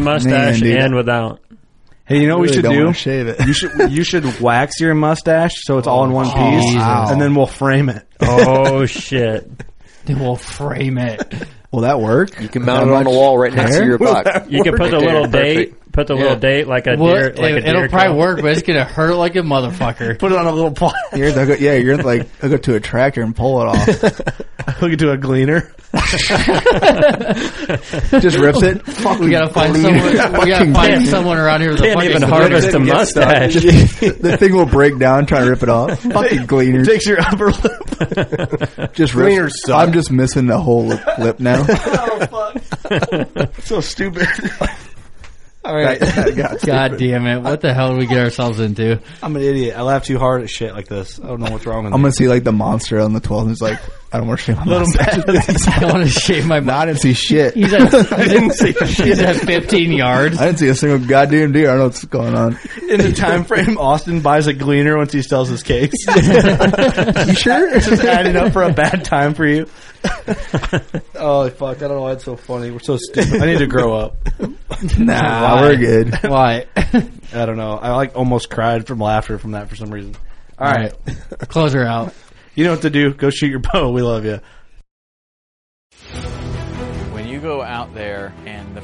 man, mustache dude. and without. Hey, you know Really what we should don't do? wanna shave it. Oh, You should you should wax your mustache so it's all in one piece, Jesus. and then we'll frame it. Oh shit! Then we'll frame it. Will that work? You can mount it on the wall right next to your butt. You can put a little Perfect. date put the Yeah. little date like a Well, deer, like it, a deer will probably call. work, but it's gonna hurt like a motherfucker. Put it on a little pot. You're the, go- yeah, you're like I go to a tractor and pull it off. Hook it to a gleaner. Just rips it. we gotta find someone. We gotta Fucking find genius. someone around here with a Can't fucking even solution. harvest It gets stuck. the thing will break down trying to rip it off. Fucking gleaner. Takes your upper lip. Just Gleaner rips. suck. I'm just missing the whole lip, lip now. so stupid. All right. That- that got God stupid. damn it! What the hell did we get ourselves into? I'm an idiot. I laugh too hard at shit like this. I don't know what's wrong with I'm gonna see like the monster on the 12th. And it's like I don't want to shave my Let him mustache. I want to shave my. Nah, I didn't see shit. He's at, he's at 15 yards. I didn't see a single goddamn deer. I don't know what's going on. In the time frame, Austin buys a gleaner once he sells his cakes. You sure? It's just adding up for a bad time for you. oh fuck! I don't know why it's so funny. We're so stupid. I need to grow up. Nah, Why? we're good. Why? I don't know. I like almost cried from laughter from that for some reason. All All right, right. Close her out. you know what to do. Go shoot your bow. We love you. When you go out there and the